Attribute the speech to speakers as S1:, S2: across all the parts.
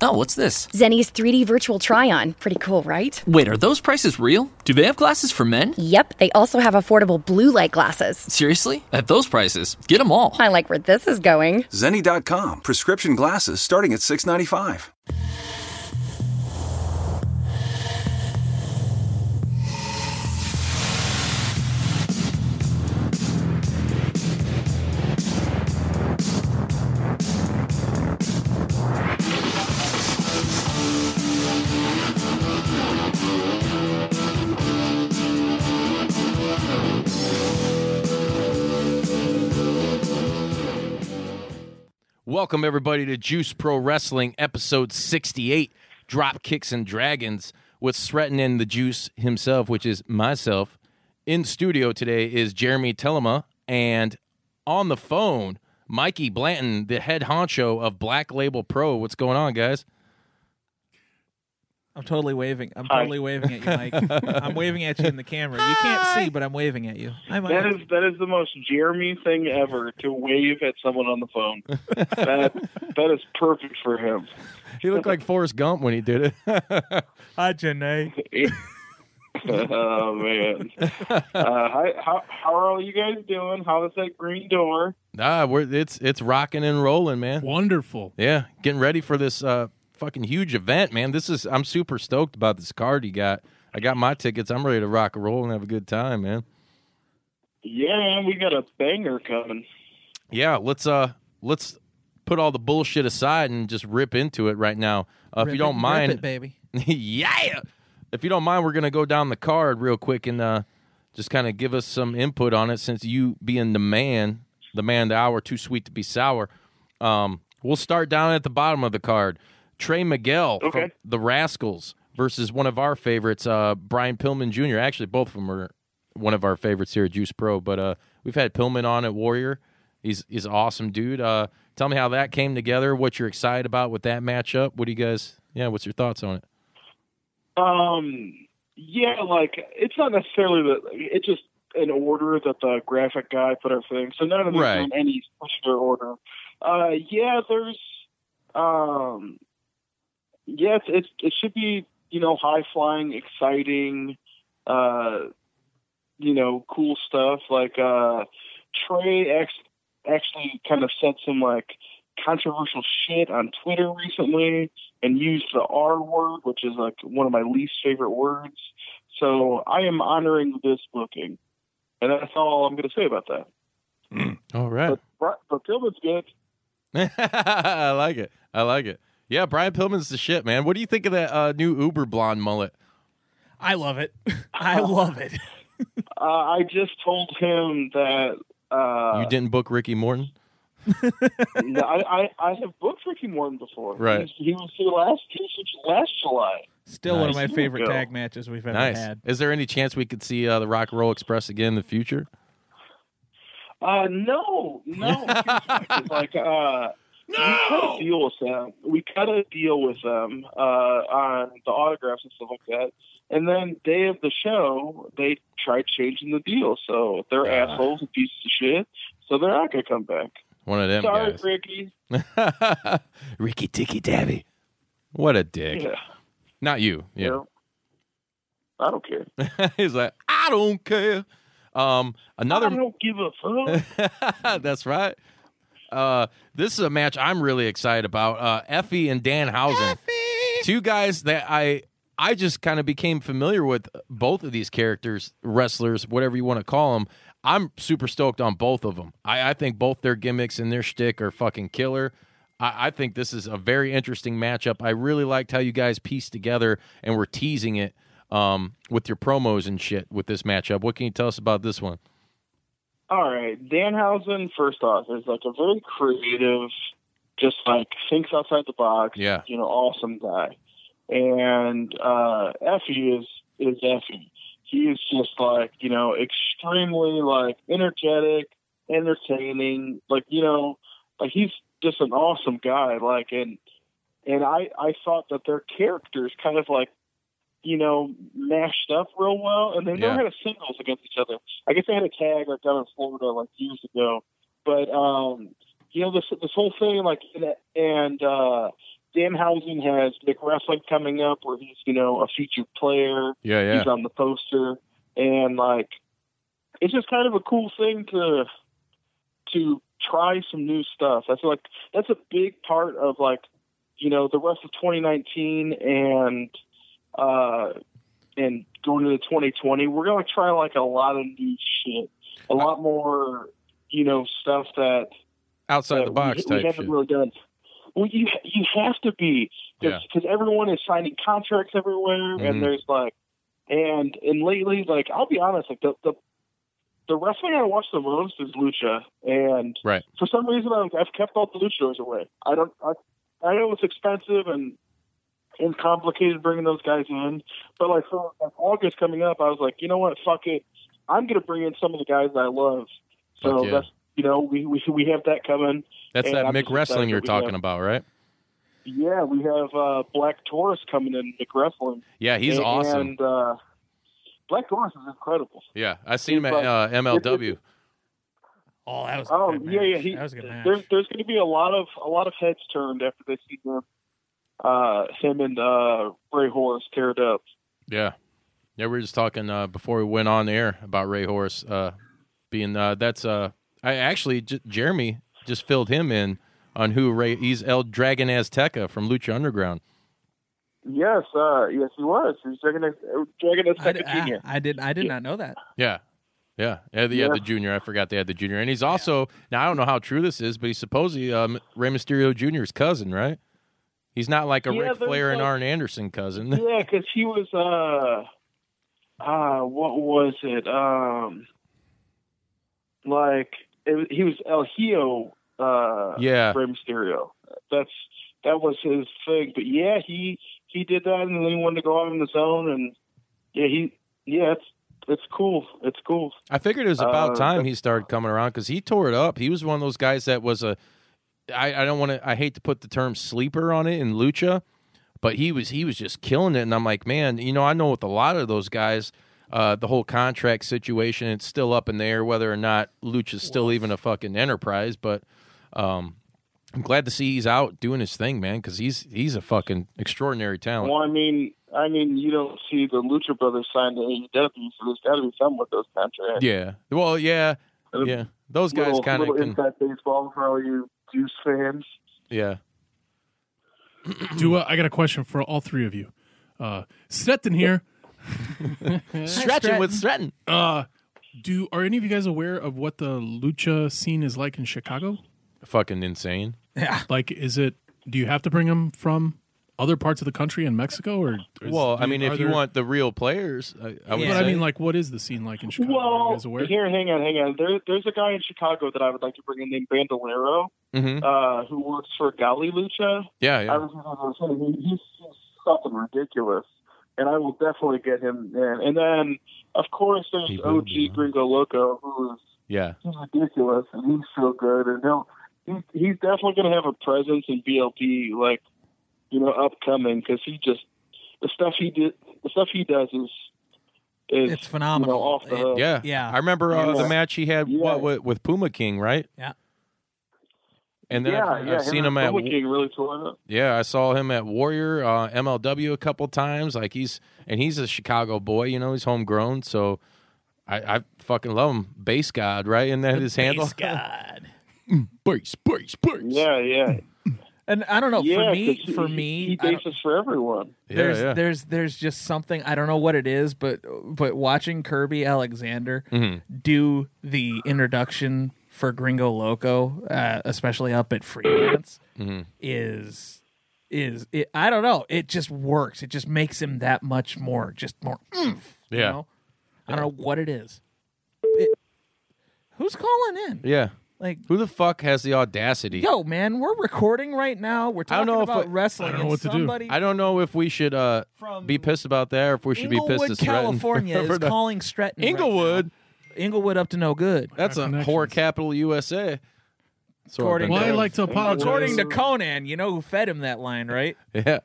S1: Oh, what's this?
S2: Zenny's 3D virtual try on. Pretty cool, right?
S1: Wait, are those prices real? Do they have glasses for men?
S2: Yep, they also have affordable blue light glasses.
S1: Seriously? At those prices, get them all.
S2: I like where this is going.
S3: Zenni.com. Prescription glasses starting at $6.95.
S4: Welcome everybody to Juice Pro Wrestling episode 68, Drop Kicks and Dragons with threatening the Juice himself, which is myself. In studio today is Jeremy Telema and on the phone, Mikey Blanton, the head honcho of Black Label Pro. What's going on, guys?
S5: I'm totally waving. I'm totally waving at you, Mike. I'm waving at you in the camera. You can't see, but I'm waving at you. Hi, Mike.
S6: That is that is the most Jeremy thing ever to wave at someone on the phone. that that is perfect for him.
S4: He looked like Forrest Gump when he did it.
S5: Hi, Janae.
S6: oh man! Uh, hi, how how are all you guys doing? How is that green door?
S4: nah, we're it's it's rocking and rolling, man.
S7: Wonderful.
S4: Yeah, getting ready for this uh, fucking huge event, man. This is I'm super stoked about this card you got. I got my tickets. I'm ready to rock and roll and have a good time, man.
S6: Yeah, man, we got a banger coming.
S4: Yeah, let's uh let's put all the bullshit aside and just rip into it right now. Uh,
S5: Rip
S4: if you
S5: it-
S4: don't
S5: rip
S4: mind,
S5: it, baby.
S4: yeah. If you don't mind, we're gonna go down the card real quick and uh, just kind of give us some input on it. Since you being the man, the man of the hour, too sweet to be sour. Um, we'll start down at the bottom of the card. Trey Miguel from
S6: Okay.
S4: the Rascals versus one of our favorites, uh, Brian Pillman Jr. Actually, both of them are one of our favorites here at Juice Pro. But uh, we've had Pillman on at Warrior. He's he's an awesome, dude. Uh, tell me how that came together. What you're excited about with that matchup? What do you guys? Yeah, what's your thoughts on it?
S6: Um, yeah, like it's not necessarily that. It's just an order that the graphic guy put everything. So none of this
S4: Right.
S6: is in any particular order. Uh, yeah, there's, um, yeah, it's, it's it should be you know high flying, exciting, uh, you know, cool stuff. Like uh, Trey ex- actually kind of said some like controversial shit on Twitter recently and used the R word, which is like one of my least favorite words. So I am honoring this booking, and that's all I'm going to say about that.
S4: All right.
S6: But But but Tillman's good.
S4: I like it. I like it. Yeah, Brian Pillman's the shit, man. What do you think of that uh, new Uber blonde mullet?
S7: I love it. I love it.
S6: Uh, I just told him that. Uh,
S4: you didn't book Ricky Morton?
S6: no, I, I I have booked Ricky Morton before.
S4: Right.
S6: He was, he was here last he was here last July.
S5: Still one of my
S4: Nice.
S5: favorite
S6: There we go.
S5: tag matches we've ever
S4: Nice.
S5: had.
S4: Is there any chance we could see uh, the Rock and Roll Express again in the future?
S6: Uh, no, no. here's the thing, is, like, uh, we cut a deal with them. We cut a deal with them uh, on the autographs and stuff like that. And then day of the show, they tried changing the deal. So they're
S4: Ah.
S6: assholes and pieces of shit. So they're not gonna come back.
S4: One of them
S6: Sorry,
S4: guys.
S6: Ricky.
S4: Ricky Dicky Dabby. What a dick.
S6: Yeah,
S4: Not you. Yeah.
S6: I don't care.
S4: He's like, I don't care. Um, another
S6: I don't give a fuck.
S4: That's right. Uh, this is a match I'm really excited about. Uh, Effie and Dan Housen, two guys that I I just kind of became familiar with. uh, Both of these characters, wrestlers, whatever you want to call them. I'm super stoked on both of them. I, I think both their gimmicks and their shtick are fucking killer. I, I think this is a very interesting matchup. I really liked how you guys pieced together and were teasing it um, with your promos and shit with this matchup. What can you tell us about this one?
S6: All right, Danhausen. First off, is like a very creative just like thinks outside the box.
S4: Yeah.
S6: you know, awesome guy. And uh, Effie is is Effie. He is just like you know, extremely like energetic, entertaining. Like you know, like he's just an awesome guy. Like and and I I thought that their characters kind of like you know mashed up real well, and they never
S4: Yeah.
S6: had a singles against each other. I guess they had a tag like down in Florida like years ago, but um, you know this this whole thing like and- and uh, Danhausen has Nick Wrestling coming up where he's you know a featured player.
S4: Yeah, yeah.
S6: He's on the poster, and like it's just kind of a cool thing to to try some new stuff. I feel like that's a big part of like you know the rest of 2019 and uh and going into 2020. We're gonna try like a lot of new shit, a lot more you know stuff that
S4: Outside the
S6: that we, we
S4: box type
S6: haven't
S4: shit.
S6: really done. Well, you you have to be
S4: Yeah.
S6: because everyone is signing contracts everywhere,
S4: Mhm.
S6: and there's like, and and lately, like I'll be honest, like the the the wrestling I watch the most is lucha, and
S4: Right.
S6: for some reason I've, I've kept all the luchadors away. I don't. I, I know it's expensive and and complicated bringing those guys in, but like for like, August coming up, I was like, you know what, fuck it, I'm gonna bring in some of the guys that I love.
S4: Fuck
S6: So
S4: yeah.
S6: that's you know we we we have that coming.
S4: That's
S6: and
S4: that
S6: I'm
S4: Mick
S6: just
S4: wrestling
S6: excited
S4: you're
S6: that we
S4: talking
S6: have-
S4: about, right?
S6: Yeah, we have uh, Black Taurus coming in Nick Wrestling.
S4: Yeah, he's
S6: A-
S4: awesome.
S6: And uh, Black Taurus is incredible.
S4: Yeah, I seen him at
S6: He's
S4: uh, MLW.
S7: Oh, that was. a
S6: Oh
S7: good match.
S6: yeah, yeah. He,
S7: that was a good match.
S6: There's there's going to be a lot of a lot of heads turned after they see them. Uh, him and uh, Ray Horace tear it up.
S4: Yeah. Yeah, we were just talking uh, before we went on air about Ray Horace uh, being uh, that's uh, I actually J- Jeremy just filled him in on who Ray he's El Dragon Azteca from Lucha Underground.
S6: Yes, uh, yes, he was. He was Dragon Dragon
S5: I,
S6: Azteca
S5: I-
S6: Junior.
S5: I did. I did not know that.
S4: Yeah. Yeah. Yeah, they had
S6: Yeah.
S4: the junior. I forgot they had the junior. And he's also now I don't know how true this is, but he's supposedly um Rey Mysterio Jr.'s cousin, right? He's not like a
S6: Yeah,
S4: Ric
S6: there's
S4: Flair and
S6: like-
S4: Arn Anderson cousin.
S6: yeah, because he was. Uh, uh, what was it? Um, like it, was- he was El Hijo. Uh,
S4: yeah.
S6: Rey Mysterio. That's that was his thing. But yeah, he he did that, and then he wanted to go out on his own. And yeah, he yeah, it's it's cool. It's cool.
S4: I figured it was about
S6: Uh,
S4: time
S6: but-
S4: he started coming around because he tore it up. He was one of those guys that was a. I, I don't want to. I hate to put the term sleeper on it in lucha, but he was he was just killing it. And I'm like, man, you know, I know with a lot of those guys, uh, the whole contract situation, it's still up in the air whether or not lucha's still even a fucking enterprise. But um, I'm glad to see he's out doing his thing, man, because he's he's a fucking extraordinary talent.
S6: Well, I mean, I mean, you don't see the Lucha Brothers signed to AEW, so there's got to be some with those contracts.
S4: Yeah. Well, yeah, yeah. Those guys
S6: Little-
S4: kind of
S6: little
S4: can.
S6: inside baseball for all you juice fans.
S4: Yeah.
S8: Do uh, I got a question for all three of you? Uh, Stetton here.
S4: Stretching with Stretton.
S8: Uh, do are any of you guys aware of what the lucha scene is like in Chicago?
S4: Fucking insane.
S8: Like, is it? Do you have to bring them from other parts of the country in Mexico, or or is-
S4: Well,
S8: do
S4: I mean,
S8: are
S4: if you
S8: there-
S4: want the real players, I, I would
S8: but
S4: say.
S8: I mean, like, what is the scene like in Chicago? are you
S6: Well,
S8: guys aware?
S6: here, hang on, hang on. There, there's a guy in Chicago that I would like to bring in named Bandolero,
S4: Mhm.
S6: uh, who works for Gali Lucha.
S4: yeah, yeah.
S6: I was just gonna say, he- he's just something ridiculous, and I will definitely get him in. And then, of course, there's
S4: He will be,
S6: OG
S4: huh?
S6: Gringo Loco, who is
S4: yeah.
S6: he's ridiculous and he's so good, and he'll he's, he's definitely gonna have a presence in BLP, like you know, upcoming because he just the stuff he did, the stuff he does is is
S7: It's phenomenal.
S6: You know, off the
S7: It-
S6: hook.
S4: Yeah.
S7: yeah.
S4: I remember uh,
S6: Yeah.
S4: the match he had
S6: Yeah.
S4: what, with, with Puma King, right?
S7: Yeah.
S4: And then
S6: yeah,
S4: I've,
S6: yeah,
S4: I've seen him at
S6: Puma King really tore it up.
S4: yeah, I saw him at Warrior uh, MLW a couple times. Like he's and he's a Chicago boy, you know, he's homegrown, so I, I fucking love him. Base God, right? And that his handle.
S7: Base God.
S4: Base, base, base.
S6: Yeah, yeah,
S7: And I don't know.
S6: yeah.
S7: Oh, for me,
S6: 'cause he-
S7: for
S6: he
S7: me, I don't-
S6: bases for everyone.
S4: Yeah,
S7: there's
S4: yeah.
S7: there's there's just something I don't know what it is, but but watching Kirby Alexander
S4: Mhm.
S7: do the introduction for Gringo Loco, uh, especially up at Freelance,
S4: Mhm.
S7: is is it, I don't know. It just works. It just makes him that much more, just more. oomph, you
S4: Yeah.
S7: know? I don't know what it is. It- who's calling in?
S4: Yeah.
S7: Like,
S4: Who the fuck has the audacity?
S7: yo, man, we're recording right now. We're
S4: I don't
S7: talking
S4: know
S7: about
S4: if I,
S7: wrestling. and somebody
S4: I don't know if we should uh, be pissed about that, or if we should be pissed
S7: Inglewood,
S4: at Stratton.
S7: California
S4: for
S7: is
S4: the-
S7: calling Stretton.
S4: Inglewood,
S7: Inglewood up to no good.
S4: That's a whore capital USA. So
S7: According,
S8: Well, I'd like to apologize.
S7: according to Conan, you know who fed him that line, right?
S4: yeah,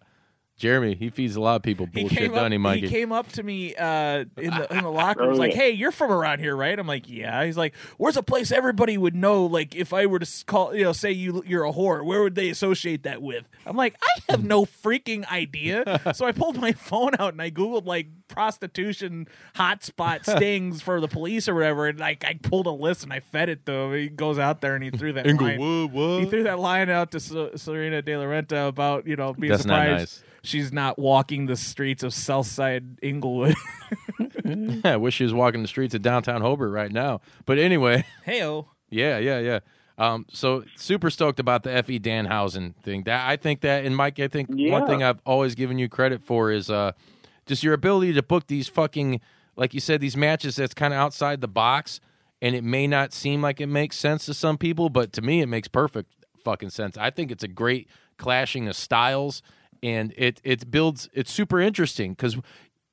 S4: Jeremy, he feeds a lot of people
S7: He
S4: bullshit,
S7: came,
S4: doesn't
S7: up,
S4: he, Mikey?
S7: he came up to me uh, in, the, in the locker room. He's like, "Hey, you're from around here, right?" I'm like, "Yeah." He's like, "Where's a place everybody would know? Like, if I were to s- call, you know, say you you're a whore, where would they associate that with?" I'm like, "I have no freaking idea." so I pulled my phone out and I googled like prostitution hotspot stings for the police or whatever, and like I pulled a list and I fed it to him. He goes out there and he threw that
S4: Inglewood,
S7: line. He threw that line out to Se- Serena De La Renta about you know being
S4: That's not
S7: surprised
S4: nice.
S7: she's not walking the streets of Southside Inglewood.
S4: I wish she was walking the streets of downtown Hobart right now. But anyway,
S7: Heyo.
S4: yeah, yeah, yeah. Um, so super stoked about the Fe Danhausen thing. That I think that, and Mike, I think one
S9: Yeah.
S4: thing I've always given you credit for is uh, just your ability to book these fucking, like you said, these matches that's kind of outside the box, and it may not seem like it makes sense to some people, but to me, it makes perfect fucking sense. I think it's a great clashing of styles, and it it builds. It's super interesting because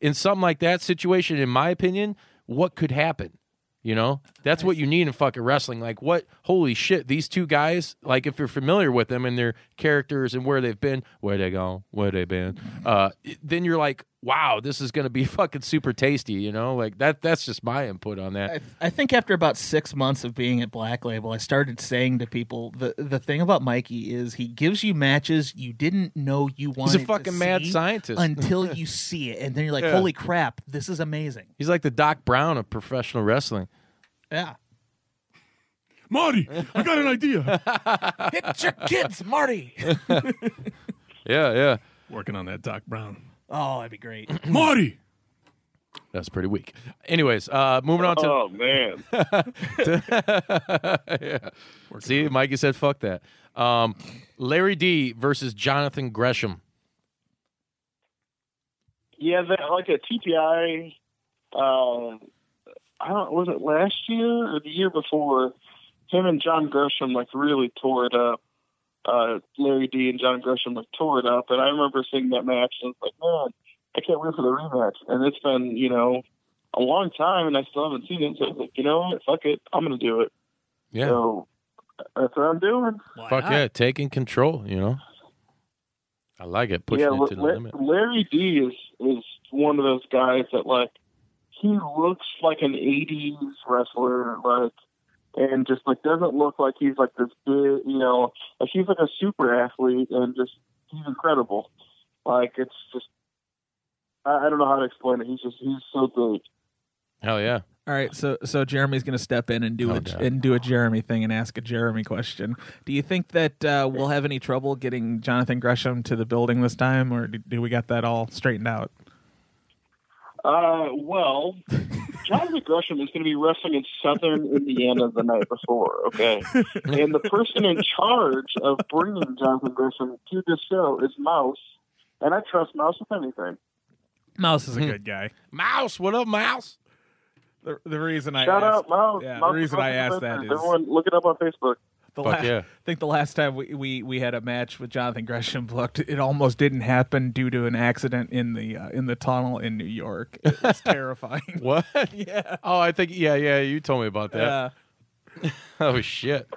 S4: in something like that situation, in my opinion, what could happen? You know, that's what you need in fucking wrestling. Like, what? Holy shit! These two guys, like, if you're familiar with them and their characters and where they've been, where they gone, where they been, uh, then you're like, wow, this is gonna be fucking super tasty. You know, like that. That's just my input on that.
S7: I think after about six months of being at Black Label, I started saying to people the the thing about Mikey is he gives you matches you didn't know you wanted.
S4: fucking
S7: to
S4: mad
S7: see
S4: scientist.
S7: until you see it, and then you're like,
S4: Yeah.
S7: "Holy crap, this is amazing!"
S4: He's like the Doc Brown of professional wrestling.
S7: Yeah.
S8: Marty, I got an idea.
S7: Hit your kids, Marty.
S4: Yeah, yeah.
S8: Working on that Doc Brown.
S7: oh, that'd be great.
S8: Marty.
S4: That's pretty weak. Anyways, uh, moving on to
S7: Oh, man.
S4: To- Yeah. See, Mikey said, "Fuck that." Um, Larry D versus Jonathan Gresham.
S6: Yeah, that like a TPI. Uh, I don't was it last year or the year before? Him and John Gresham like really tore it up. Uh, Larry D and John Gresham like tore it up, and I remember seeing that match and it's like, man, I can't wait for the rematch. And it's been you know a long time, and I still haven't seen it. So I was like, you know what? Fuck it, I'm gonna do it.
S4: Yeah.
S6: So that's what I'm doing.
S4: Fuck yeah, taking control. You know, I like it. Pushing
S6: La-
S4: it to the
S6: La-
S4: limit.
S6: Larry D is is one of those guys that like he looks like an '80s wrestler, like, and just like doesn't look like he's like this big, you know, like he's like a super athlete and just he's incredible. Like it's just, I, I don't know how to explain it. He's just he's so big.
S4: Hell yeah.
S7: All right, so so Jeremy's going to step in and
S4: Oh,
S7: do a, and do a Jeremy thing and ask a Jeremy question. Do you think that uh, we'll have any trouble getting Jonathan Gresham to the building this time, or do, do we got that all straightened out?
S6: Uh, well, Jonathan Gresham is going to be wrestling in Southern Indiana the night before. Okay, and the person in charge of bringing Jonathan Gresham to this show is Mouse, and I trust Mouse with anything.
S7: Mouse is a good guy.
S4: Mouse, what up, Mouse?
S7: The, the reason I
S6: Shout
S7: asked,
S6: out Mouse.
S7: Yeah,
S6: Mouse
S7: the reason
S6: is
S7: I
S6: fucking
S7: asked
S6: amazing.
S7: that is
S6: everyone look it up on Facebook.
S7: the
S4: Fuck
S7: la-
S4: yeah.
S7: I think the last time we, we, we had a match with Jonathan Gresham booked, it almost didn't happen due to an accident in the uh, in the tunnel in New York. It was terrifying.
S4: What? yeah. Oh, I think yeah, yeah. You told me about that. oh shit.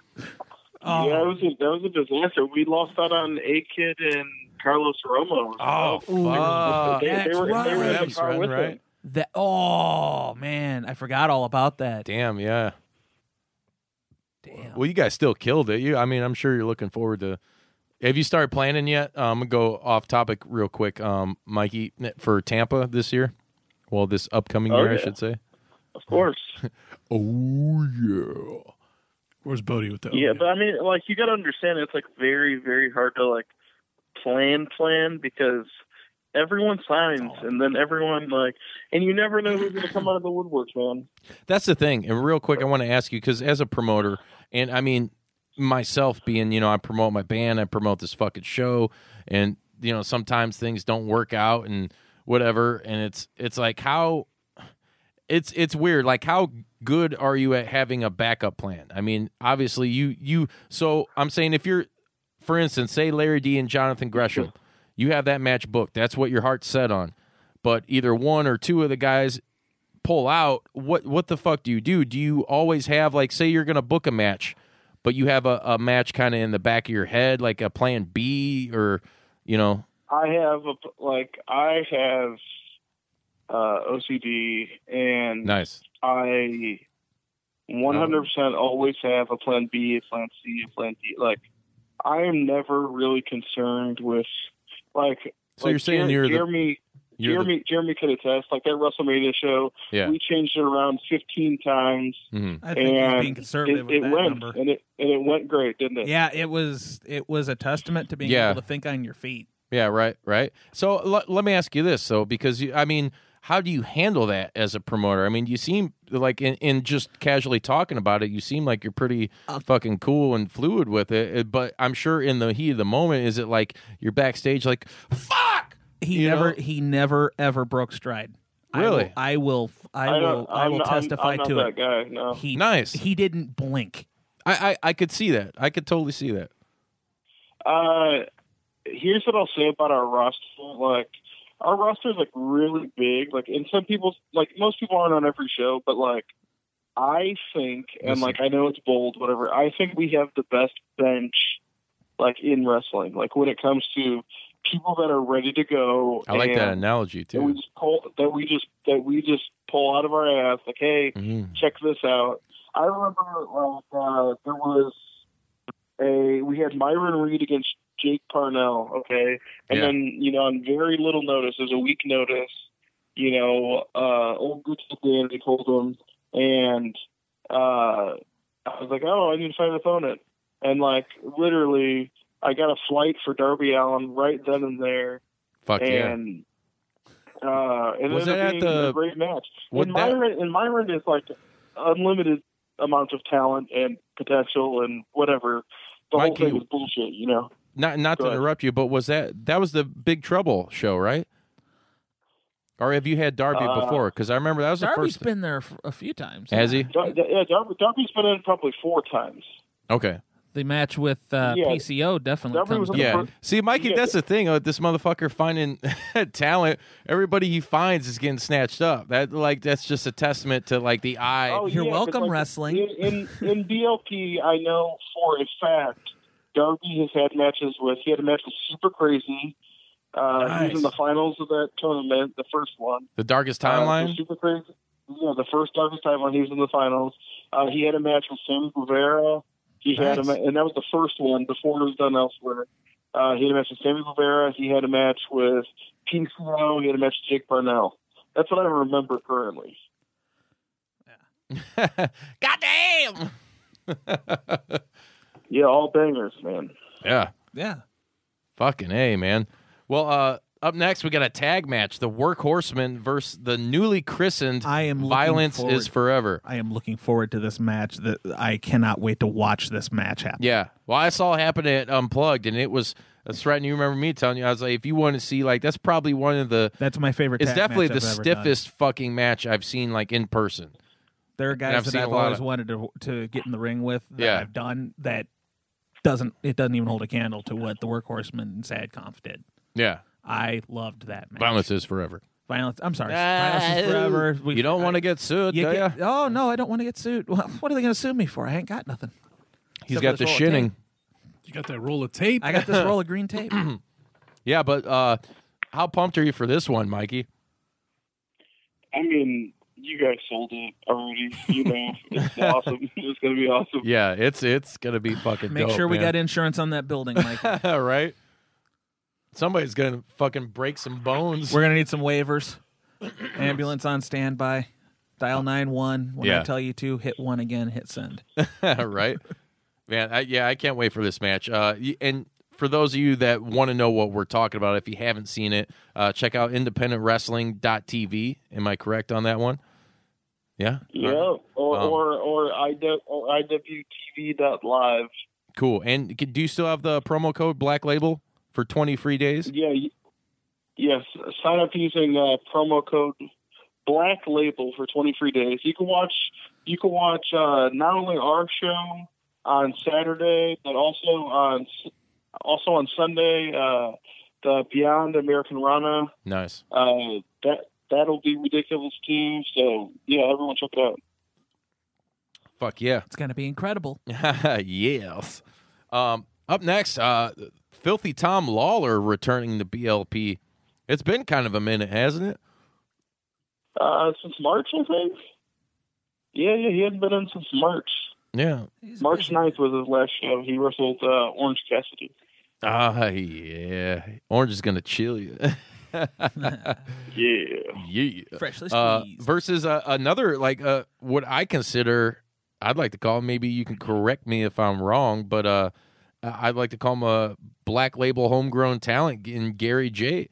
S7: Oh.
S6: Yeah, it was a, that was a disaster. We lost out on A Kid and Carlos Romo.
S4: Oh,
S6: fuck. They, they
S7: That's
S6: were, they were in
S7: right.
S6: the car with him.
S7: That oh man, I forgot all about that.
S4: Damn. Yeah. Damn. Well, you guys still killed it. You, I mean, I'm sure you're looking forward to. Have you started planning yet? Uh, I'm gonna go off topic real quick, um, Mikey, for Tampa this year. Well, this upcoming
S6: Oh,
S4: year, I
S6: yeah.
S4: should say.
S6: Of course.
S4: Oh yeah.
S8: Where's Bodie with that?
S6: yeah, but I mean, like you got to understand, it's like very, very hard to like plan, plan because everyone signs and then everyone like, and you never know who's gonna come out of the woodworks, man.
S4: That's the thing. And real quick, I want to ask you because as a promoter, and I mean myself being, you know, I promote my band, I promote this fucking show, and you know, sometimes things don't work out and whatever. And it's it's like how it's it's weird. Like, how good are you at having a backup plan? I mean, obviously, you you. So I'm saying, if you're, for instance, say Larry D and Jonathan Gresham, you have that match booked. That's what your heart's set on. But either one or two of the guys pull out. What what the fuck do you do? Do you always have like, say, you're gonna book a match, but you have a, a match kind of in the back of your head, like a plan B, or you know,
S6: I have a, like I have uh, OCD and
S4: nice.
S6: I 100% always have a plan B, a plan C, a plan D. Like I am never really concerned with like.
S4: So
S6: like,
S4: you're
S6: Jer-
S4: saying you're the-
S6: Jeremy.
S4: you're
S6: Jeremy, Jeremy could attest. Like that WrestleMania show,
S4: Yeah.
S6: we changed it around 15 times,
S4: Mhm.
S5: I think he's
S6: and
S5: being conservative
S6: it,
S5: with
S6: it
S5: that
S6: went,
S5: number.
S6: and it and it went great, didn't it?
S5: Yeah, it was it was a testament to being
S4: Yeah.
S5: able to think on your feet.
S4: Yeah, right, right. So l- let me ask you this, though, because you, I mean, how do you handle that as a promoter? I mean, you seem like in, in just casually talking about it, you seem like you're pretty
S5: Uh,
S4: fucking cool and fluid with it. uh, But I'm sure in the heat of the moment, is it like you're backstage, like fuck?
S5: He
S4: You
S5: never
S4: know?
S5: he never ever broke stride.
S4: Really?
S5: I will I will I
S6: I
S5: will,
S6: don't-
S5: I
S6: I'm
S5: will
S6: not- I'm-
S5: testify
S6: I'm not
S5: to
S6: that
S5: it.
S6: guy, no.
S5: He
S4: Nice.
S5: He didn't blink.
S4: I, I I could see that. I could totally see that.
S6: Uh, here's what I'll say about our roster. Like, our roster's like really big. Like, and some people, like most people, aren't on every show, but like, I think, and
S9: Listen.
S6: like, I know it's bold, whatever. I think we have the best bench, like in wrestling. Like when it comes to people that are ready to go.
S4: I like
S6: and
S4: that analogy
S6: That we
S4: too.
S6: just pull. That we just. That we just pull out of our ass. Like, hey,
S4: Mhm.
S6: check this out. I remember like uh, there was a we had Myron Reed against Jake Parnell, okay, and
S9: Yeah.
S6: then you know on very little notice, it was a week notice, you know, uh, old good Danny told him, and uh, I was like, oh, I need to find an opponent, and like literally, I got a flight for Darby Allen right then and there,
S4: Fuck yeah.
S6: and uh, it ended
S4: Was that
S6: up
S4: at
S6: being
S4: the-
S6: a great match.
S4: what
S6: and
S4: that-
S6: Myron, and Myron is like unlimited amount of talent and potential and whatever. The
S4: Mikey-
S6: whole thing is bullshit, you know.
S4: Not not to
S6: Go ahead.
S4: interrupt you, but was that that was the Big Trouble show, right? Or have you had Darby
S6: Uh,
S4: before? Because I remember that was the
S5: Darby's
S4: first.
S5: been there f- a few times.
S4: Has he?
S6: Dar- Dar- yeah, Darby, Darby's been in probably four times.
S4: Okay.
S5: The match with uh,
S6: Yeah.
S5: PCO definitely
S6: Darby
S5: comes
S6: was
S5: up.
S6: in the
S4: Yeah.
S6: first-
S4: See, Mikey, that's the thing. uh, This motherfucker finding talent. Everybody he finds is getting snatched up. That like that's just a testament to like the eye.
S6: Oh, yeah, but, like, In, in in BLP, I know for a fact Darby has had matches with. He had a match with Super Crazy. Uh, He was in the finals of that tournament, the first one.
S4: The darkest
S6: Uh,
S4: timeline.
S6: the Super Crazy. Yeah, the first darkest timeline. He was in the finals. Uh, he had a match with Sammy Guevara. He had a
S9: Nice.
S6: ma- and that was the first one before it was done elsewhere. Uh, he had a match with Sammy Guevara. He had a match with PCO. He had a match with Jake Parnell. That's what I remember currently.
S4: God damn.
S6: Yeah, all bangers, man.
S4: Yeah.
S5: Yeah.
S4: Fucking A, man. Well, uh, up next we got a tag match: the Workhorsemen versus the newly christened
S5: I am looking
S4: Violence
S5: forward-
S4: is Forever.
S5: I am looking forward to this match. That I cannot wait to watch this match happen.
S4: Yeah. Well, I saw it happen at Unplugged, and it was that's right. And you remember me telling you, I was like, if you want to see, like, that's probably one of the
S5: That's my favorite.
S4: It's
S5: tag
S4: definitely
S5: match
S4: the
S5: I've ever done.
S4: stiffest fucking match I've seen like in person.
S5: There are guys
S4: I've
S5: that
S4: seen
S5: I've
S4: a lot
S5: always
S4: of-
S5: wanted to to get in the ring with that
S4: Yeah.
S5: I've done that doesn't it doesn't even hold a candle to what the workhorseman and Sadconf did.
S4: Yeah.
S5: I loved that match.
S4: Violence is forever.
S5: Violence. I'm sorry. Violence is forever. We-
S4: you don't want to get sued,
S5: you
S4: do
S5: get-
S4: ya?
S5: Oh no, I don't want to get sued. Well, what are they going to sue me for? I ain't got nothing.
S4: He's
S5: Except
S4: got
S5: for
S4: the
S5: this roll of
S4: shinning.
S5: tape.
S8: You got that roll of tape.
S5: I got this roll of green tape.
S4: Yeah, but uh how pumped are you for this one, Mikey?
S6: I mean, you guys sold it already. You know, it's awesome. It's gonna be awesome.
S4: Yeah, it's it's gonna be fucking.
S5: Make
S4: dope,
S5: sure we
S4: man.
S5: got insurance on that building, Mike.
S4: right? Somebody's gonna fucking break some bones.
S5: We're gonna need some waivers. Ambulance on standby. Dial nine one. When
S4: Yeah.
S5: I tell you to, hit one again. Hit send.
S4: right? Man, I, yeah, I can't wait for this match. Uh, y- and for those of you that want to know what we're talking about, if you haven't seen it, uh, check out independentwrestling.tv. Am I correct on that one? Yeah?
S6: Yeah,
S4: All right.
S6: or,
S4: Um,
S6: or or IW or IWTV dot live.
S4: Cool. And c- do you still have the promo code Black Label for 20 free days?
S6: Yeah. y- Yes. Sign up using uh, promo code Black Label for 23 days. You can watch you can watch uh, not only our show on Saturday, but also on also on Sunday uh, the Beyond American Rana.
S4: Nice.
S6: Uh, that that'll be ridiculous too. So yeah, everyone check it out.
S4: Fuck yeah.
S7: It's going to be incredible.
S4: yes. Um, up next, uh, Filthy Tom Lawler returning to BLP. It's been kind of a minute, hasn't it?
S6: Uh, since March, I think. Yeah, yeah, he hadn't been in since March.
S4: Yeah.
S6: March 9th was his last show. He wrestled uh, Orange Cassidy.
S4: Ah, yeah. Orange is going to chill you.
S6: yeah.
S4: yeah.
S7: Freshly
S4: Uh,
S7: squeezed.
S4: versus uh, another, like uh, what I consider, I'd like to call. Maybe you can correct me if I'm wrong, but uh, I- I'd like to call him a black label homegrown talent in Gary J.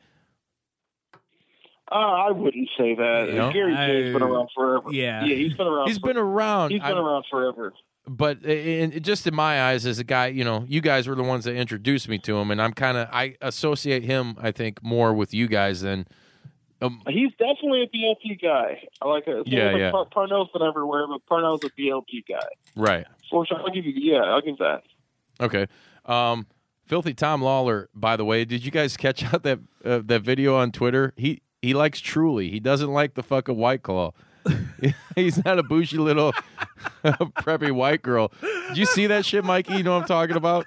S6: Uh, I wouldn't say that.
S4: No?
S6: Gary J's been
S4: I-
S6: around forever.
S7: yeah.
S6: Yeah, he's been around.
S4: He's
S6: for-
S4: been around.
S6: He's been
S4: I'm-
S6: around forever.
S4: but in, in- just in my eyes as a guy you know you guys were the ones that introduced me to him and i'm kind of i associate him i think more with you guys than um,
S6: He's definitely a BLP guy. I like it.
S4: Yeah, yeah.
S6: Par- Parnell's been everywhere, but Parnell's a BLP guy.
S4: right
S6: For sure, I'll give you. Yeah, I'll give that.
S4: okay um filthy tom lawler by the way did you guys catch out that uh, that video on twitter he he likes truly he doesn't like the fucking white claw he's not a bougie little preppy white girl did you see that shit mikey you know what i'm talking about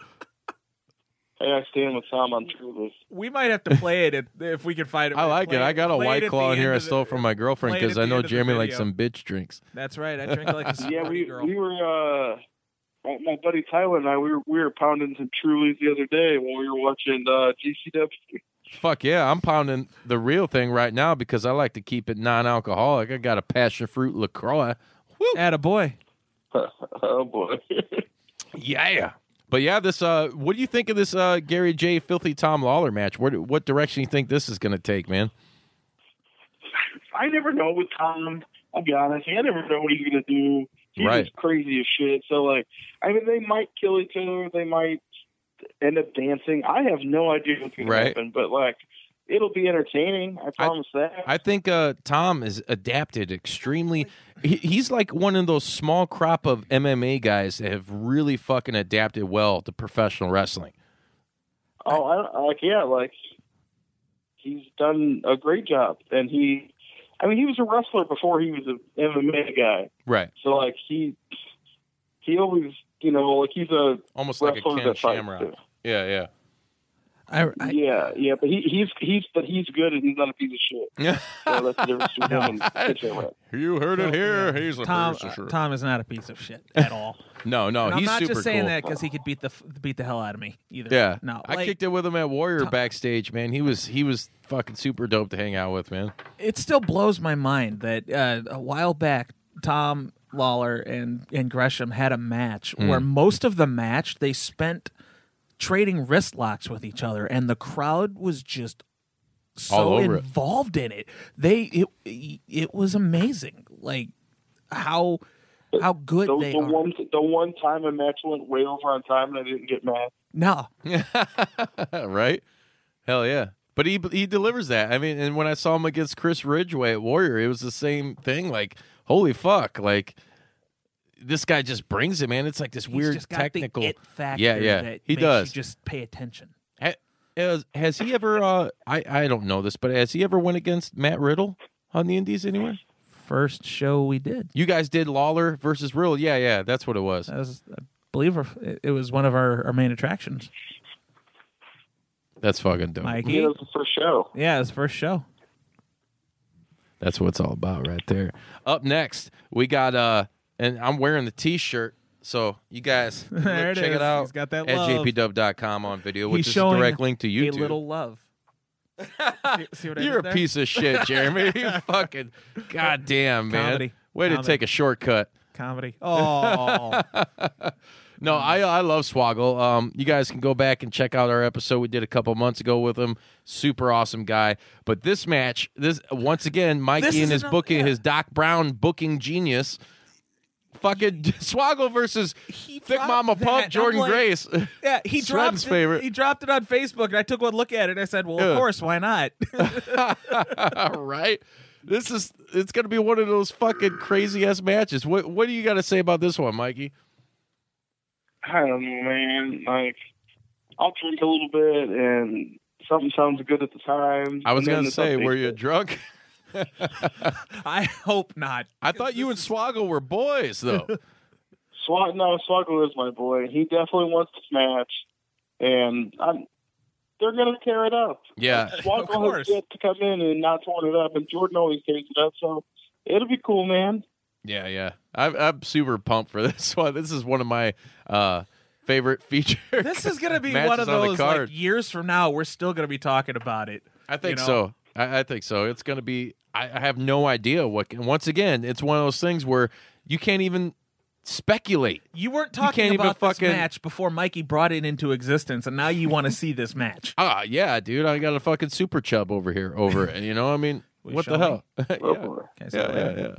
S6: Hey, I stand with Tom on Truly.
S7: We might have to play it if, if we can find it.
S4: i like it i got a
S7: Play it
S4: white
S7: at
S4: claw
S7: the
S4: in here
S7: end
S4: i
S7: of the-
S4: stole from my girlfriend
S7: play it at
S4: because i
S7: the
S4: know
S7: end of the
S4: jeremy likes
S7: video.
S4: some bitch drinks
S7: That's right. I drink like a
S6: Yeah,
S7: smarty
S6: we
S7: girl.
S6: we were uh, my, my buddy Tyler and I. We were we were pounding some Trulies the other day when we were watching uh, GCW.
S4: Fuck yeah, I'm pounding the real thing right now because I like to keep it non-alcoholic. I got a passion fruit LaCroix.
S7: Atta boy.
S6: oh boy.
S4: Yeah. But yeah, this uh what do you think of this uh Gary J Filthy Tom Lawler match? Where do- what direction you think this is going to take, man?
S6: I never know with Tom. I'll be honest. I never know what he's gonna do. He's
S4: Right.
S6: just crazy as shit. So like, I mean, they might kill each other. They might end up dancing. I have no idea what's gonna
S4: Right.
S6: happen. But like, it'll be entertaining. I promise that.
S4: I think uh Tom is adapted extremely he, he's like one of those small crop of MMA guys that have really fucking adapted well to professional wrestling.
S6: Oh, I don't, like yeah, like he's done a great job, and he, I mean, he was a wrestler before he was an MMA guy.
S4: Right.
S6: So like he, he always, you know, like he's a
S4: Almost like a
S6: wrestler
S4: Ken
S6: that fights.
S4: Shamrock. Yeah, yeah.
S7: I, I,
S6: Yeah, yeah, but he, he's he's but he's good and he's not a piece of shit.
S4: Yeah.
S6: So that's the difference between him and Shamrock.
S4: You heard it here. He's a
S7: Tom, uh,
S4: piece of shit.
S7: Tom is not a piece of shit at all.
S4: No, no,
S7: And I'm
S4: he's
S7: not
S4: super
S7: just saying
S4: cool.
S7: that because he could beat the f- beat the hell out of me either.
S4: Yeah.
S7: No.
S4: I
S7: like,
S4: kicked it with him at Warrior backstage, man. He was he was fucking super dope to hang out with, man.
S7: it still blows my mind that uh, a while back, Tom Lawler and, and Gresham had a match
S4: Hmm.
S7: where most of the match they spent trading wrist locks with each other, and the crowd was just so
S4: All over it.
S7: involved in it. They it it was amazing, like how how good
S6: The,
S7: they
S6: the
S7: are.
S6: one the one time a match went way over on time and I didn't get mad.
S7: no,
S4: right? Hell yeah. But he he delivers that. I mean, and when I saw him against Chris Ridgeway at Warrior, it was the same thing. Like, holy fuck! Like, this guy just brings it, man. It's like this
S7: he's
S4: weird
S7: just got
S4: technical.
S7: the it factor.
S4: yeah, yeah,
S7: that
S4: he
S7: makes
S4: does.
S7: You just pay attention.
S4: Ha- has, has he ever? Uh, I I don't know this, but has he ever went against Matt Riddle on the Indies anywhere?
S7: First show we did.
S4: You guys did Lawler versus Riddle. Yeah, yeah, that's what it was.
S7: That was, I believe it- it was one of our, our main attractions.
S4: That's fucking dope.
S7: Mikey?
S6: Yeah, that was the first show.
S7: Yeah, his first show.
S4: That's what it's all about right there. Up next, we got uh and I'm wearing the t-shirt. So you guys look,
S7: There it
S4: check
S7: is.
S4: it out
S7: He's got that
S4: at
S7: love.
S4: jpdub.com on video, which
S7: He's
S4: is a
S7: showing
S4: direct link to
S7: A
S4: YouTube.
S7: little love. see, see what I
S4: You're a
S7: did there?
S4: piece of shit, Jeremy. you fucking goddamn man.
S7: Comedy.
S4: Way to
S7: Comedy.
S4: take a shortcut.
S7: comedy. Oh,
S4: No,
S7: Mm-hmm.
S4: I uh, I love Swoggle. Um, you guys can go back and check out our episode we did a couple months ago with him. Super awesome guy. But this match, this once again,
S7: This
S4: Mikey
S7: is
S4: and his
S7: another-
S4: booking,
S7: yeah.
S4: his Doc Brown booking genius. Fucking Swoggle versus Thick
S7: dropped
S4: Mama
S7: that.
S4: Pump
S7: I'm
S4: Jordan
S7: like-
S4: Grace.
S7: yeah. He
S4: Sven's
S7: dropped it,
S4: favorite.
S7: He dropped it on Facebook, and I took one look at it. and I said, "Well,
S4: Yeah.
S7: of course, why not?"
S4: right? This is it's gonna be one of those fucking crazy ass matches. What what do you got to say about this one, Mikey?
S6: I don't know, man. Like, I'll drink a little bit, and something sounds good at the time.
S4: I
S6: and
S4: was
S6: then
S4: gonna
S6: it's
S4: say,
S6: upbeat.
S4: were you drunk?
S5: I hope not.
S4: I thought you and Swaggle were boys, though.
S6: Swag, no, Swaggle is my boy. He definitely wants to smash, and I'm, they're gonna tear it up.
S4: Yeah,
S6: Swaggle has yet to come in and not torn it up, and Jordan always tears it up. So it'll be cool, man.
S4: Yeah, yeah. I'm, I'm super pumped for this one. This is one of my uh, favorite feature.
S5: This is gonna be
S4: matches
S5: one of
S4: on the
S5: those
S4: card.
S5: like years from now we're still gonna be talking about it.
S4: I think so. I, I think so. It's gonna be. I, I have no idea what. And once again, it's one of those things where you can't even speculate.
S5: You weren't
S4: You
S5: talking
S4: can't even
S5: about this
S4: fucking-
S5: match before Mikey brought it into existence, and now you want to see this match.
S4: Ah, yeah, dude. I got a fucking super chub over here. Over it. You know. I mean, what the hell? yeah.
S5: Okay, so
S4: Yeah, yeah, yeah,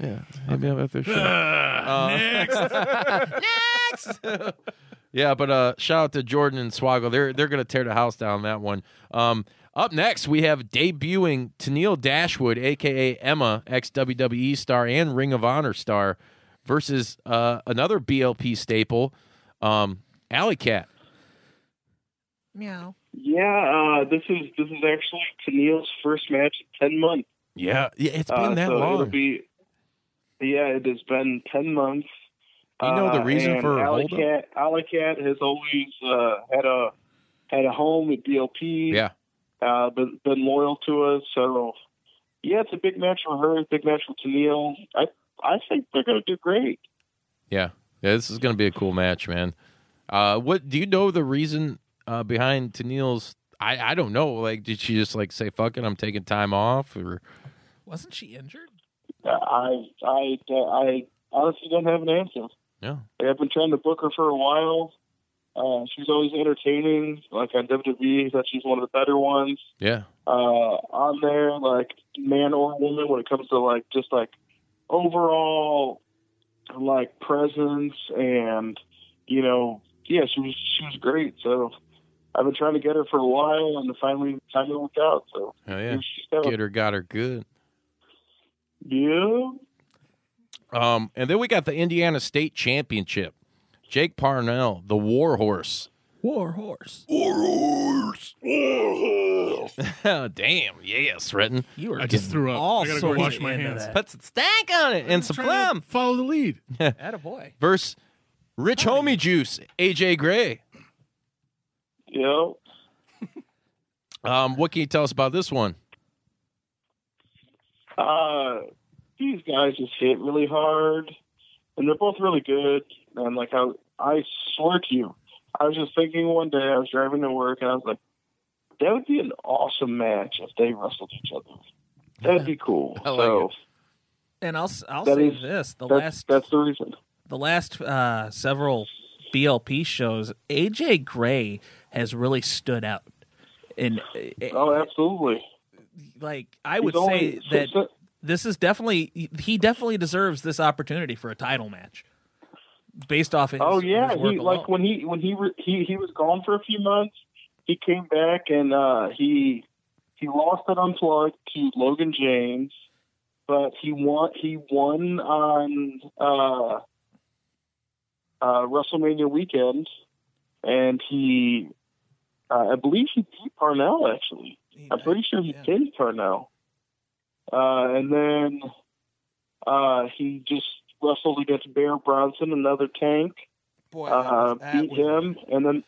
S4: yeah. Maybe I'm after Uh,
S9: next. next.
S4: Yeah, but uh, shout out to Jordan and Swaggle. They're they're gonna tear the house down that one. Um, up next we have debuting Tennille Dashwood, aka Emma, ex WWE E star and Ring of Honor star, versus uh, another BLP staple, um, Alley Cat.
S5: Meow.
S6: Yeah, uh, this is this is actually Tennille's first match in ten months.
S4: Yeah, yeah, it's been
S6: Uh,
S4: that
S6: so It'll
S4: long.
S6: be, yeah, it has been ten months.
S4: You know the
S6: Uh,
S4: reason
S6: and
S4: for a
S6: Alley
S4: holdup?
S6: Cat- Alley Cat has always uh, had a had a home at DLP.
S4: Yeah.
S6: uh, been been loyal to us. So yeah, it's a big match for her. Big match for Tennille. I I think they're going to do great.
S4: Yeah, yeah. This is gonna be a cool match, man. Uh, what do you know the reason uh, behind Tennille's? I I don't know. Like, did she just like say, "Fuck it, I'm taking time off," or
S5: Wasn't she injured?
S6: I I I honestly don't have an answer.
S4: Yeah.
S6: Like, I've been trying to book her for a while. Uh, she's always entertaining, like on WWE. That she's one of the better ones.
S4: yeah,
S6: uh, on there, like man or woman, when it comes to like just like overall like presence and you know, yeah, she was she was great. So I've been trying to get her for a while, and finally finally worked out. So
S4: oh yeah,
S6: got a-
S4: get her, got her good.
S6: yeah,
S4: Um, and then we got the Indiana State Championship. Jake Parnell, the War Horse.
S5: War horse.
S4: Damn, yeah, Threaten.
S5: You are
S8: I just threw up.
S5: all
S8: I gotta go
S5: sorts
S8: wash my
S5: into
S8: hands.
S5: that.
S4: Put some stank on it and some plum.
S8: Follow the lead.
S5: boy.
S4: Verse Rich Homie Juice, AJ Gray.
S6: yeah.
S4: Um, what can you tell us about this one?
S6: Uh, these guys just hit really hard, and they're both really good. And like I, I swear to you, I was just thinking one day I was driving to work, and I was like, that would be an awesome match if they wrestled each other. That'd be cool. so
S5: And I'll s- I'll
S6: That
S5: say
S6: is-
S5: this: the
S6: that's,
S5: last
S6: that's the reason.
S5: the last uh, several BLP shows, AJ Gray has really stood out. And uh,
S6: oh, absolutely.
S5: Like I
S6: He's
S5: would
S6: only-
S5: say that this is definitely he definitely deserves this opportunity for a title match, based off of his,
S6: oh yeah,
S5: his work
S6: he,
S5: alone.
S6: like when he when he re- he he was gone for a few months, he came back and uh, he he lost it unplugged to Logan James, but he won he won on uh, uh, WrestleMania weekend, and he uh, I believe he beat Parnell actually. I'm pretty sure he pinned Parnell, uh, and then uh, he just wrestled against Bear Bronson, another tank.
S5: Boy,
S6: uh, beat him, and then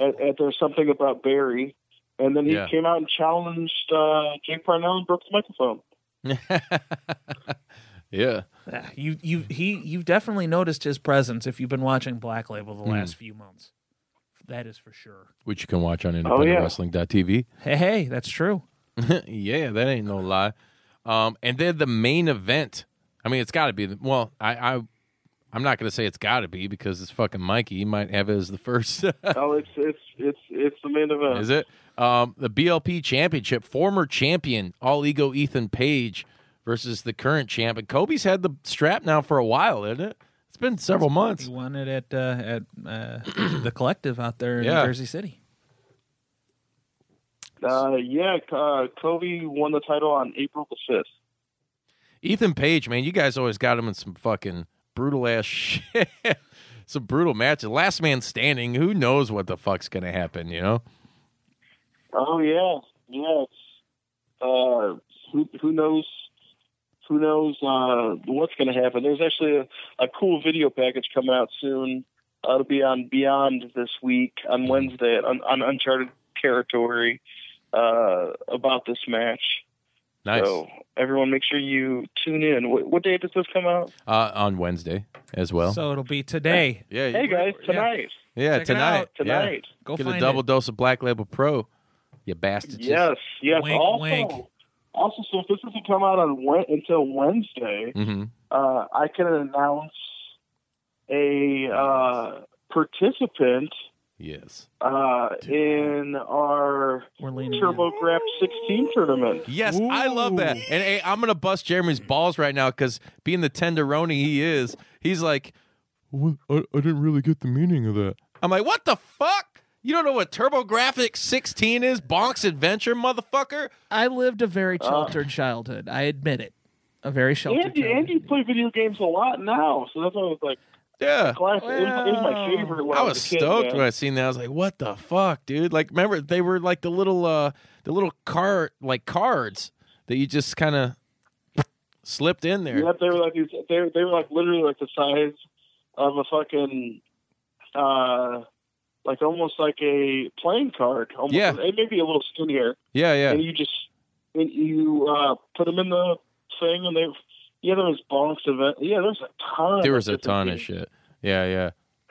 S6: at, at there's something about Barry, and then he
S4: Yeah.
S6: came out and challenged uh, Jake Parnell and broke the microphone.
S4: Yeah.
S5: Ah, You you he you've definitely noticed his presence if you've been watching Black Label the
S4: Hmm.
S5: last few months. That is for sure.
S4: Which you can watch on
S5: yeah.
S4: independentwrestling.tv.
S5: Hey, hey, that's true.
S4: yeah, that ain't no lie. Um, and then the main event. I mean, it's got to be. The, well, I, I, I'm not gonna say it's got to be because it's fucking Mikey. He might have it as the first.
S6: oh, it's it's it's it's the main event.
S4: Is it um, the BLP Championship? Former champion All Ego Ethan Page versus the current champ. And Kobe's had the strap now for a while, isn't it? It's been several months.
S5: He won it at uh, at uh, the collective out there in
S4: Yeah.
S5: New Jersey City.
S6: Uh, yeah, uh, Covey won the title on April the 5th.
S4: Ethan Page, man, you guys always got him in some fucking brutal ass shit. some brutal matches. Last man standing. Who knows what the fuck's gonna happen? You know.
S6: Oh yeah, yeah. It's, uh, who, who knows? Who knows uh, what's going to happen? There's actually a, a cool video package coming out soon. Uh, it'll be on Beyond this week on Wednesday on, on Uncharted territory uh, about this match.
S4: Nice.
S6: So everyone, make sure you tune in. What, what day does this come out?
S4: Uh, on Wednesday as well.
S5: So it'll be today.
S4: Yeah.
S6: Hey guys, tonight.
S4: yeah,
S6: Check it
S4: tonight.
S6: out tonight.
S4: Yeah.
S6: Go
S4: get a
S6: find
S4: double dose of Black Label Pro. You bastards.
S6: Yes, yes. also, also, so if this doesn't come out on Wed- until Wednesday,
S4: Mm-hmm.
S6: uh, I can announce a uh, participant
S4: Yes.
S6: uh, in our TurboGraph 16 tournament.
S4: Yes, I love that. And hey, I'm gonna bust Jeremy's balls right now because being the tenderoni he is, he's like, "What? I, I didn't really get the meaning of that. I'm like, what the fuck? You don't know what TurboGrafx 16 is? Bonk's Adventure, motherfucker.
S5: I lived a very sheltered childhood. I admit it. A very sheltered.
S6: Oh. And, you- and you play video games a lot now, so that's why I was like,
S4: Yeah.
S6: class it was, it was my favorite. When I,
S4: I was
S6: a kid,
S4: stoked
S6: man.
S4: when I seen that. I was like, "What the fuck, dude!" Like, remember they were like the little, uh the little card, like cards that you just kind of slipped in there.
S6: Yep, they were like these. They were- they were like literally like the size of a fucking, uh, like almost like a playing card. Almost.
S4: Yeah.
S6: it may be a little skinnier.
S4: Yeah, yeah.
S6: And you just and you uh, put them in the thing, and they yeah, there was bonks event. Yeah, there's a ton.
S4: There
S6: of
S4: was a
S6: different
S4: ton of
S6: games.
S4: shit. Yeah,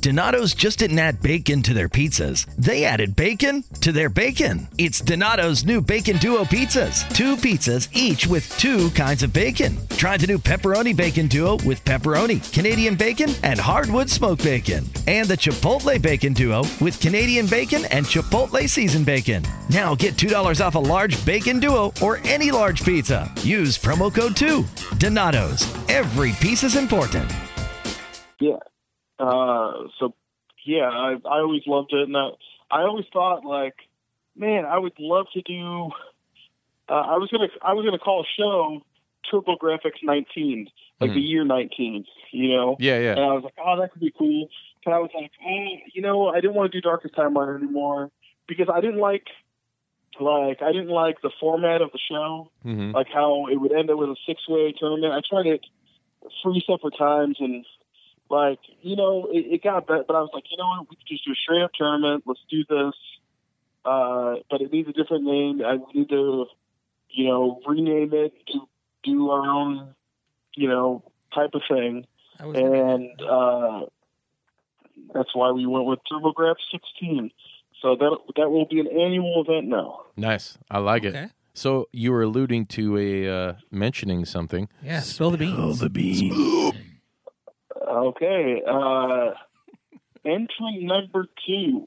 S10: Donato's just didn't add bacon to their pizzas. They added bacon to their bacon. It's Donato's new Bacon Duo pizzas. Two pizzas, each with two kinds of bacon. Try the new Pepperoni Bacon Duo with pepperoni, Canadian bacon, and hardwood smoked bacon. And the Chipotle Bacon Duo with Canadian bacon and Chipotle seasoned bacon. Now get $2 off a large Bacon Duo or any large pizza. Use promo code 2. Donato's. Every piece is important.
S6: Yeah. Uh, so yeah, I I always loved it, and I, I always thought like, man, I would love to do. Uh, I was gonna I was gonna call a show Turbo Graphics 19, like the year 19, you know.
S4: Mm-hmm. Yeah, yeah.
S6: And I was like, oh, that could be cool. But I was like, oh, you know, I didn't want to do Darkest Timeline anymore because I didn't like, like, I didn't like the format of the show,
S4: Mhm.
S6: like how it would end up with a six-way tournament. I tried it three separate times, and like, you know, it, it got better. But I was like, you know what? We could just do a straight-up tournament. Let's do this. Uh, but it needs a different name. I need to, you know, rename it to do our own, you know, type of thing. And uh, that's why we went with TurboGrafx 16. So that that will be an annual event now.
S4: Nice. I like it. So you were alluding to a uh, mentioning something.
S5: Yeah, spill the beans. Spill the
S4: beans.
S6: Okay. Uh, entry number two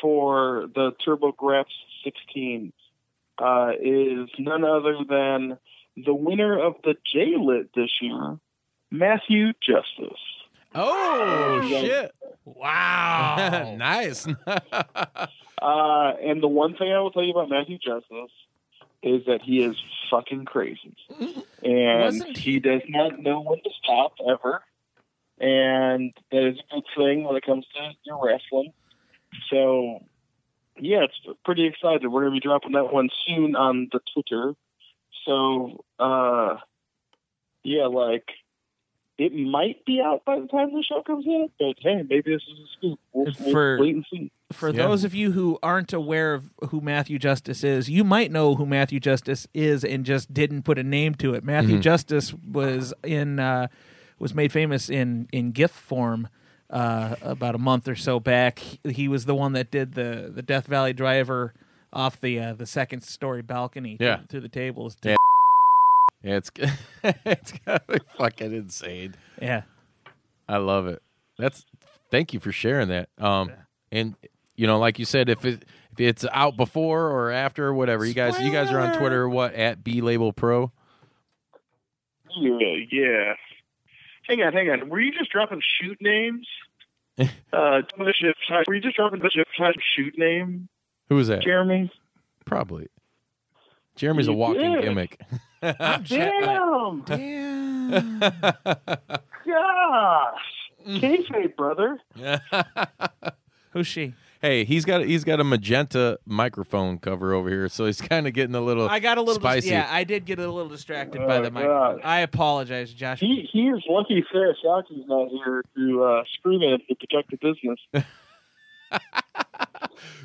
S6: for the TurboGrafx 16 uh, is none other than the winner of the J-Lit this year, Matthew Justice.
S4: Oh shit!
S6: Wow.
S4: nice.
S6: uh, and the one thing I will tell you about Matthew Justice is that he is fucking crazy. And
S11: Wasn't
S6: he does not know when to stop ever. And that is a good thing when it comes to your wrestling. So, yeah, it's pretty excited. We're going to be dropping that one soon on the Twitter. So, uh, yeah, like, it might be out by the time the show comes out, but hey, maybe this is a scoop. We'll, we'll
S5: For-
S6: wait and see.
S5: For those of you who aren't aware of who Matthew Justice is, you might know who Matthew Justice is and just didn't put a name to it.
S4: Mm-hmm.
S5: Matthew
S7: Mhm.
S5: Justice was in uh, was made famous in in GIF form. uh, about a month or so back. He, he was the one that did the the Death Valley Driver off the uh, the second story balcony
S4: Yeah.
S5: through, through the tables.
S4: Yeah. Yeah, it's it's gotta be fucking insane.
S5: Yeah.
S4: I love it. That's thank you for sharing that. Um, and you know, like you said, if it if it's out before or after, or whatever, you guys you guys are on Twitter. What at B Label Pro?
S6: Yeah, yeah. Hang on, hang on. Were you just dropping shoot names? uh, Bishop, were you just dropping Bishop shoot name,
S4: Who is that?
S6: Jeremy?
S4: Probably. Jeremy's a
S6: You
S4: walking
S6: did.
S4: gimmick.
S6: Damn! Damn! Gosh! Kayfabe, brother.
S5: Who's she?
S4: Hey, he's got he's got a magenta microphone cover over here, so he's kind of getting a little.
S5: I got a little
S4: spicy.
S5: yeah, I did get a little distracted by
S6: Oh,
S5: the
S6: God.
S5: microphone. I apologize, Josh.
S6: He he is lucky Sarah Shockey's not here to uh, scream at him to protect the business.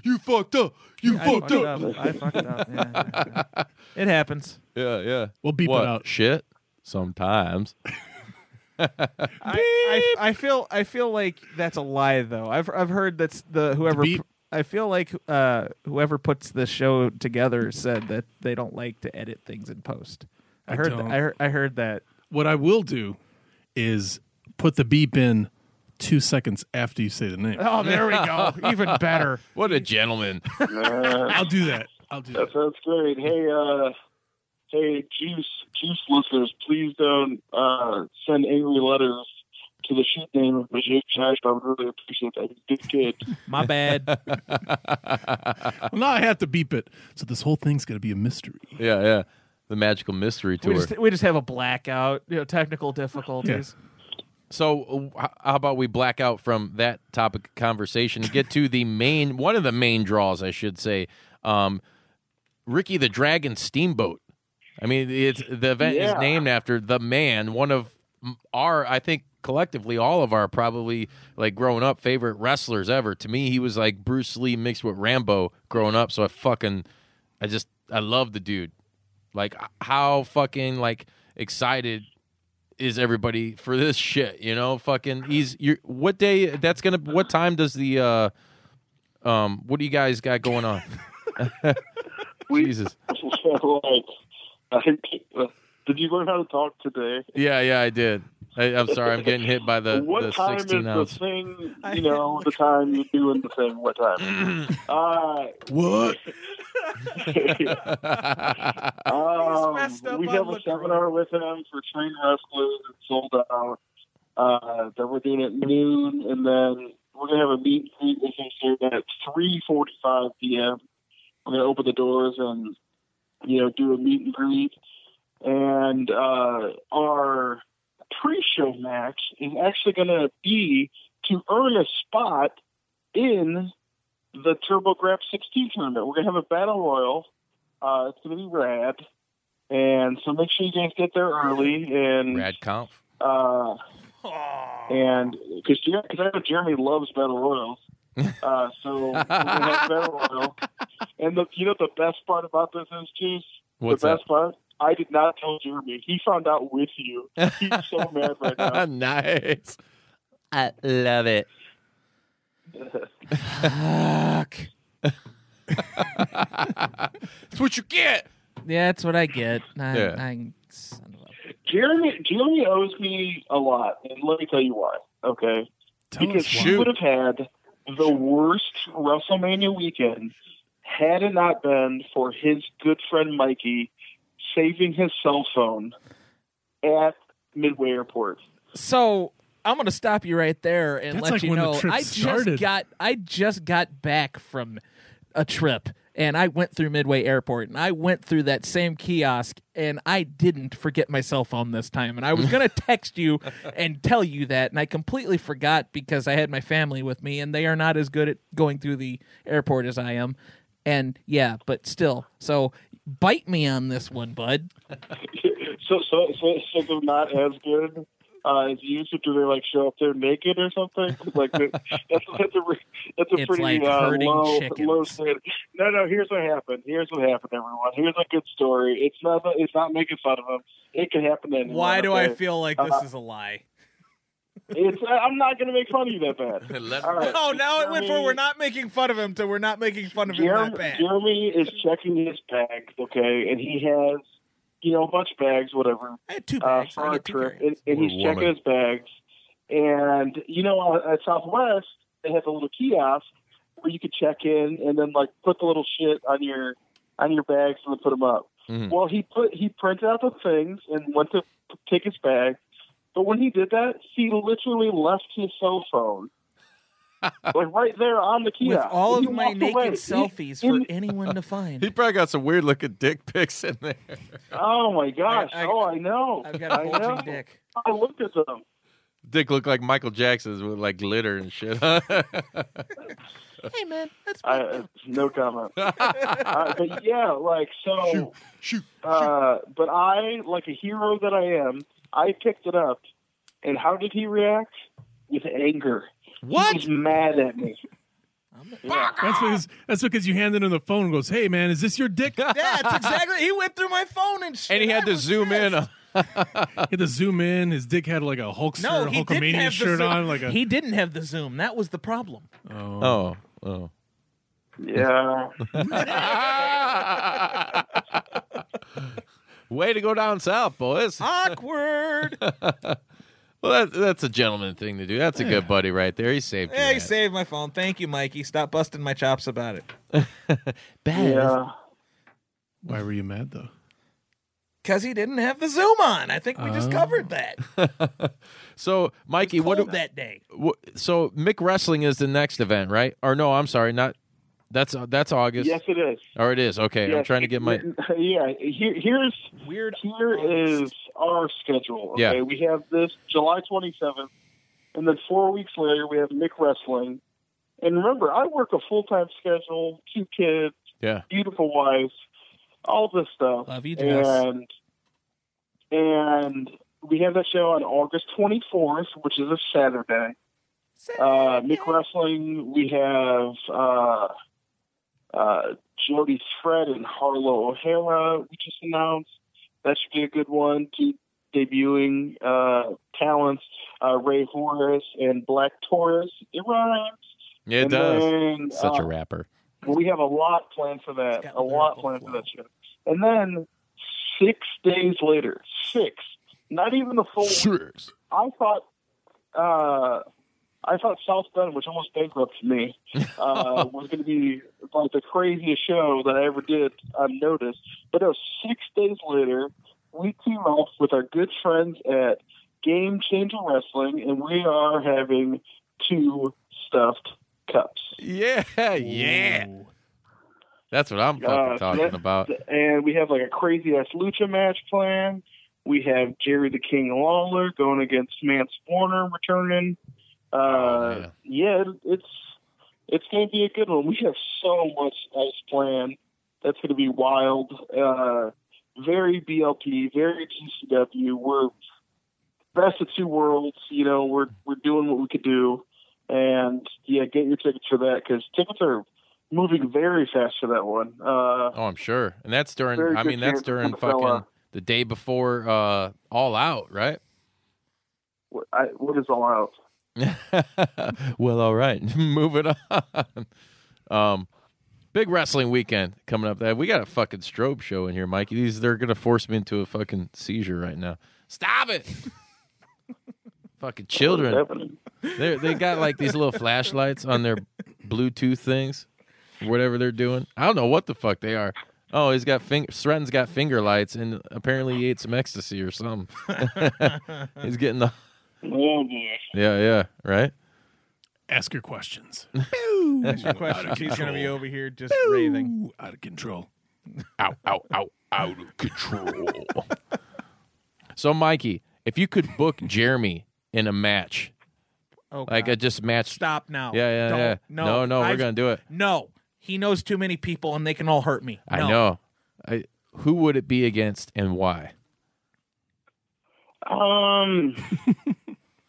S4: you fucked up. You
S5: I fucked fucked up. up. I fucked up. Yeah, It happens.
S4: Yeah, yeah.
S8: We'll beep it
S4: What?
S8: out.
S4: Shit. Sometimes.
S5: I, I, I feel I feel like that's a lie though. I've I've heard that's the whoever I feel like uh, whoever puts the show together said that they don't like to edit things in post. I, heard th-
S8: don't.
S5: I heard I heard that.
S8: What I will do is put the beep in two seconds after you say the name.
S5: Oh, there we go. Even better.
S4: What a gentleman.
S8: I'll do that. I'll do
S6: that. Sounds great. Hey, uh, hey, juice, juice listeners, please don't uh, send angry letters to the shoot name of Majid Chash. I would really appreciate that. He's a good kid.
S5: My bad.
S8: well, now I have to beep it. So this whole thing's going to be a mystery.
S4: Yeah, yeah. The magical mystery
S5: We
S4: tour.
S5: just we just have a blackout. You know, technical difficulties.
S4: So, uh, h- how about we black out from that topic of conversation and get to the main one of the main draws, I should say. Um, Ricky the Dragon Steamboat. I mean, it's the event is
S11: Yeah.
S4: named after the man, one of m- our, I think collectively all of our probably like growing up favorite wrestlers ever. To me, he was like Bruce Lee mixed with Rambo growing up. So I fucking, I just, I love the dude. Like h- how fucking like excited is everybody for this shit? You know, fucking. He's you. What day? That's gonna. What time does the? uh Um. What do you guys got going on? Jesus.
S6: like, I, did you learn how to talk today?
S4: Yeah, yeah, I did. I, I'm sorry, I'm getting hit by the,
S6: what
S4: the
S6: time
S4: 16
S6: is
S4: ounce.
S6: the thing? You know, the time you're doing the thing. What time? uh,
S8: what?
S6: um, we have a seminar with him for trained wrestlers. It's sold out. Uh, then we're doing it at noon, and then we're gonna have a meet and greet with him here at 3:45 p.m. We're gonna open the doors and you know do a meet and greet. And uh, our pre-show match is actually gonna be to earn a spot in the TurboGrafx 16 tournament. We're gonna have a battle royal. Uh, it's gonna be rad. And so make sure you guys get there early and
S4: Rad Conf.
S6: uh, and because I know Jeremy loves battle royals, uh, so we're gonna have battle royal. And the you know what the best part about this is, Juice.
S4: What's
S6: the
S4: that?
S6: best part? I did not tell Jeremy. He found out with you. He's so mad right now.
S4: nice. I love it. Fuck. That's what you get.
S5: Yeah, that's what I get. I,
S6: Yeah.
S5: I-
S6: Jeremy Jeremy owes me a lot, and let me tell you why. Okay, because he would have had the worst WrestleMania weekend had it not been for his good friend Mikey saving his cell phone at Midway Airport.
S7: So I'm gonna stop you right there and
S6: That's
S7: let
S6: like
S7: you
S6: when the
S7: know
S6: trip
S7: I just
S6: started.
S7: got I just got back from a trip and I went through Midway Airport and I went through that same kiosk and I didn't forget my cell phone this time and I was gonna text you and tell you that and I completely forgot because I had my family with me and they are not as good at going through the airport as I am. And yeah, but still. So bite me on this one, bud.
S6: So so so, so they're not as good. Uh, as you so do they like show up there naked or something? Like that's that's a re- that's a
S7: It's
S6: pretty
S7: like
S6: uh,
S7: herding
S6: low
S7: chickens.
S6: low standard. No, no. Here's what happened. Here's what happened, everyone. Here's a good story. It's not it's not making fun of them. It could happen to anyone.
S7: Why do I
S6: okay?
S7: feel like
S6: Uh,
S7: this is a lie?
S6: It's. I'm not going to make fun of you that bad. All right.
S7: Oh, now it went
S6: Jeremy-
S7: from we're not making fun of him to we're not making fun of him
S6: Jeremy,
S7: that bad.
S6: Jeremy is checking his bags, okay, and he has, you know, a bunch of bags, whatever.
S7: I had two
S6: bags uh, for our trip, and, and he's
S11: Poor
S6: checking
S11: woman.
S6: his bags. And you know, uh, at Southwest, they have a little kiosk where you could check in and then like put the little shit on your on your bags and then put them up.
S12: Mhm.
S6: Well, he put he printed out the things and went to p- take his bag. But when he did that, he literally left his cell phone. like right there on the
S7: With
S6: kiosk.
S7: all
S6: And
S7: of
S6: he
S7: my
S6: walked
S7: naked
S6: away. He-
S7: selfies
S6: in-
S7: for anyone to find.
S4: He probably got some weird looking dick pics in there.
S6: Oh my gosh! oh, I know. I've
S7: got a bulging
S6: dick. I looked at them.
S4: Dick looked like Michael Jackson's with like glitter and shit.
S7: Hey man, that's
S6: I, uh, no comment. uh, but yeah, like so. Shoot,
S4: shoot,
S6: uh, But I, like a hero that I am, I picked it up, and how did he react? With anger.
S4: What?
S6: He's mad at me.
S8: That's because that's because you handed him the phone and goes, "Hey man, is this your dick?" yeah,
S7: that's exactly. He went through my phone and shit.
S8: And he had to zoom in. he had to zoom in. His dick had like a Hulkster,
S7: no, he didn't
S8: Hulkamania
S7: have the
S8: shirt
S7: zoom.
S8: on. Like a
S7: He didn't have the zoom. That was the problem.
S4: oh, oh.
S6: Yeah.
S4: Way to go down south, boys.
S7: Awkward.
S4: Well, that, that's a gentleman thing to do. That's a good buddy right there. He saved you.
S7: hey, he saved my phone. Thank you, Mikey. Stop busting my chops about it.
S4: Bad.
S6: Yeah.
S8: Why were you mad though?
S7: Because he didn't have the zoom on. I think we just
S4: Oh.
S7: covered that.
S4: So, Mikey, what do-
S7: Cold that day.
S4: Wha- so Mick Wrestling is the next event, right? Or no, I'm sorry, not. That's that's August.
S6: Yes, it is.
S4: Or it is. Okay, I'm
S6: Yes,
S4: trying to get my.
S6: Yeah, here, here's
S7: weird.
S6: Here is our schedule. Okay,
S4: Yeah.
S6: we have this July 27th, and then four weeks later we have Mick Wrestling. And remember, I work a full time schedule, two kids,
S4: Yeah.
S6: beautiful wife, all this stuff.
S7: Love you, Jess.
S6: and and we have that show on August 24th, which is a Saturday. Uh, Mick Wrestling. We have uh, uh, Jody Fred and Harlow O'Hara. We just announced that should be a good one. Two debuting uh, talents: uh, Ray Horace and Black Taurus. It rhymes.
S4: Yeah, it
S6: And
S4: does.
S6: then,
S4: Such
S6: uh,
S4: a rapper.
S6: We have a lot planned for that. A lot planned for that show. And then six days later, six, not even the full
S4: six.
S6: I thought, uh, I thought South Bend, which almost bankrupted me, uh, was going to be like the craziest show that I ever did on notice. But no, six days later, we team up with our good friends at Game Changer Wrestling, and we are having two stuffed cups.
S4: Yeah, yeah. That's what I'm fucking
S6: Uh,
S4: talking
S6: that-
S4: about.
S6: And we have like a crazy ass lucha match planned. We have Jerry the King Lawler going against Mance Warner returning. Uh, yeah, it, it's it's going to be a good one. We have so much else planned. That's going to be wild. Uh, very BLP, very GCW. We're best of two worlds. You know, we're we're doing what we could do, and yeah, get your tickets for that because tickets are moving very fast for that one. Uh,
S4: Oh, I'm sure. And that's during.
S6: Very
S4: I
S6: good
S4: mean, that's
S6: chance to
S4: during
S6: come sell, uh,
S4: fucking the day before uh All Out, right?
S6: what, I, what is all out?
S4: well, all right. Moving on. Um, big wrestling weekend coming up. We got a fucking strobe show in here, Mikey. These they're gonna force me into a fucking seizure right now. Stop it. fucking children. They they got like these little flashlights on their Bluetooth things, whatever they're doing. I don't know what the fuck they are. Oh, he's got finger. Srenton's got finger lights, and apparently he ate some ecstasy or something. he's getting the
S6: Oh boy.
S4: yeah, yeah, right.
S8: Ask your questions.
S7: That's your question. She's going to be over here just raving.
S8: Out of control.
S4: Ow, ow, ow, out of control. So, Mikey, if you could book Jeremy in a match,
S7: Oh,
S4: like
S7: God.
S4: a just match.
S7: Stop now.
S4: Yeah, yeah,
S7: Don't-
S4: yeah. no, no, we're
S7: I've-
S4: gonna do it.
S7: No. He knows too many people and they can all hurt me.
S4: I
S7: No.
S4: know. I, who would it be against and why?
S6: Um,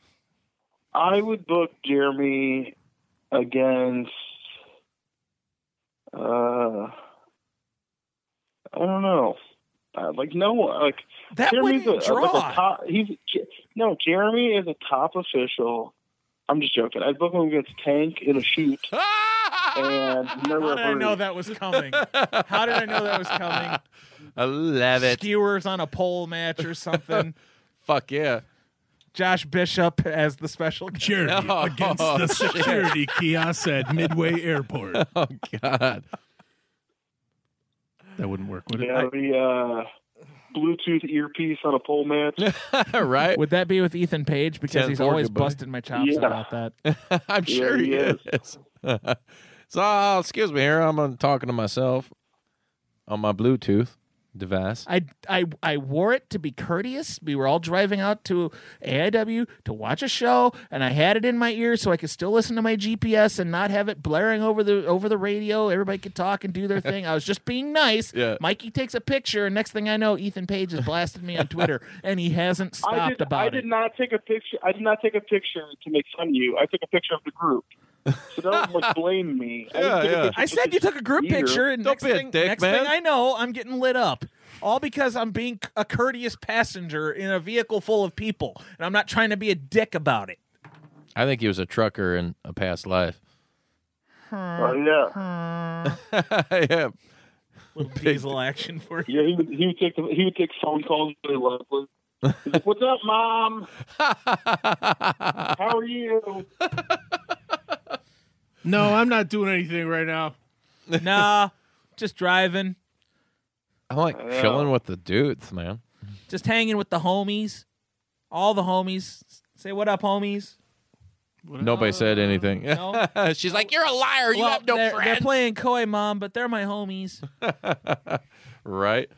S6: I would book Jeremy against. Uh, I don't know. Uh, like no one like
S7: That
S6: Jeremy's
S7: wouldn't
S6: a, like
S7: draw.
S6: a top, he's J- no Jeremy is a top official. I'm just joking. I'd book him against Tank in a shoot. and never
S7: How did I know that was coming? How did I know that was coming?
S4: I love it.
S7: Skewers on a pole match or something.
S4: Fuck yeah.
S7: Josh Bishop as the special
S8: Jeremy against the security kiosk at Midway Airport.
S4: Oh God,
S8: that wouldn't work, would it?
S6: Yeah, the uh, Bluetooth earpiece on a pole match.
S4: right?
S7: Would that be with Ethan Page? Because
S4: Tenth
S7: he's always
S4: organ, buddy.
S7: busting my chops
S4: Yeah.
S7: about that.
S4: I'm
S7: Yeah,
S4: sure
S7: he
S4: he
S7: is.
S4: is. so, uh, excuse me here. I'm uh, talking to myself on my Bluetooth device.
S7: I, I I wore it to be courteous. We were all driving out to AIW to watch a show, and I had it in my ear so I could still listen to my GPS and not have it blaring over the over the radio. Everybody could talk and do their thing. I was just being nice.
S4: Yeah.
S7: Mikey takes a picture, and next thing I know, Ethan Page has blasted me on Twitter, and he hasn't stopped
S6: I did,
S7: about
S6: I
S7: it.
S6: did not take a picture. I did not take a picture to make fun of you. I took a picture of the group. So don't like, blame me. I didn't take a picture
S7: I
S6: of
S7: said
S6: the
S7: you took a group
S6: year.
S7: picture, and next, thing, next
S6: man.
S7: thing I know, I'm getting lit up. All because I'm being a courteous passenger in a vehicle full of people, and I'm not trying to be a dick about it.
S4: I think he was a trucker in a past life.
S6: Oh yeah.
S4: yeah.
S7: Little diesel action for
S6: you. Yeah, he would, he would take the, he would take phone calls really lovely. He's like, What's up, mom? How are you?
S8: No, I'm not doing anything right now.
S7: nah, just driving,
S4: I'm like
S7: Yeah.
S4: chilling with the dudes, man.
S7: just hanging with the homies, all the homies. Say what up, homies.
S4: Nobody said anything.
S7: No?
S4: She's like, "You're a liar. You have no
S7: they're, They're
S4: friends."
S7: playing coy, mom, but they're my homies.
S4: right.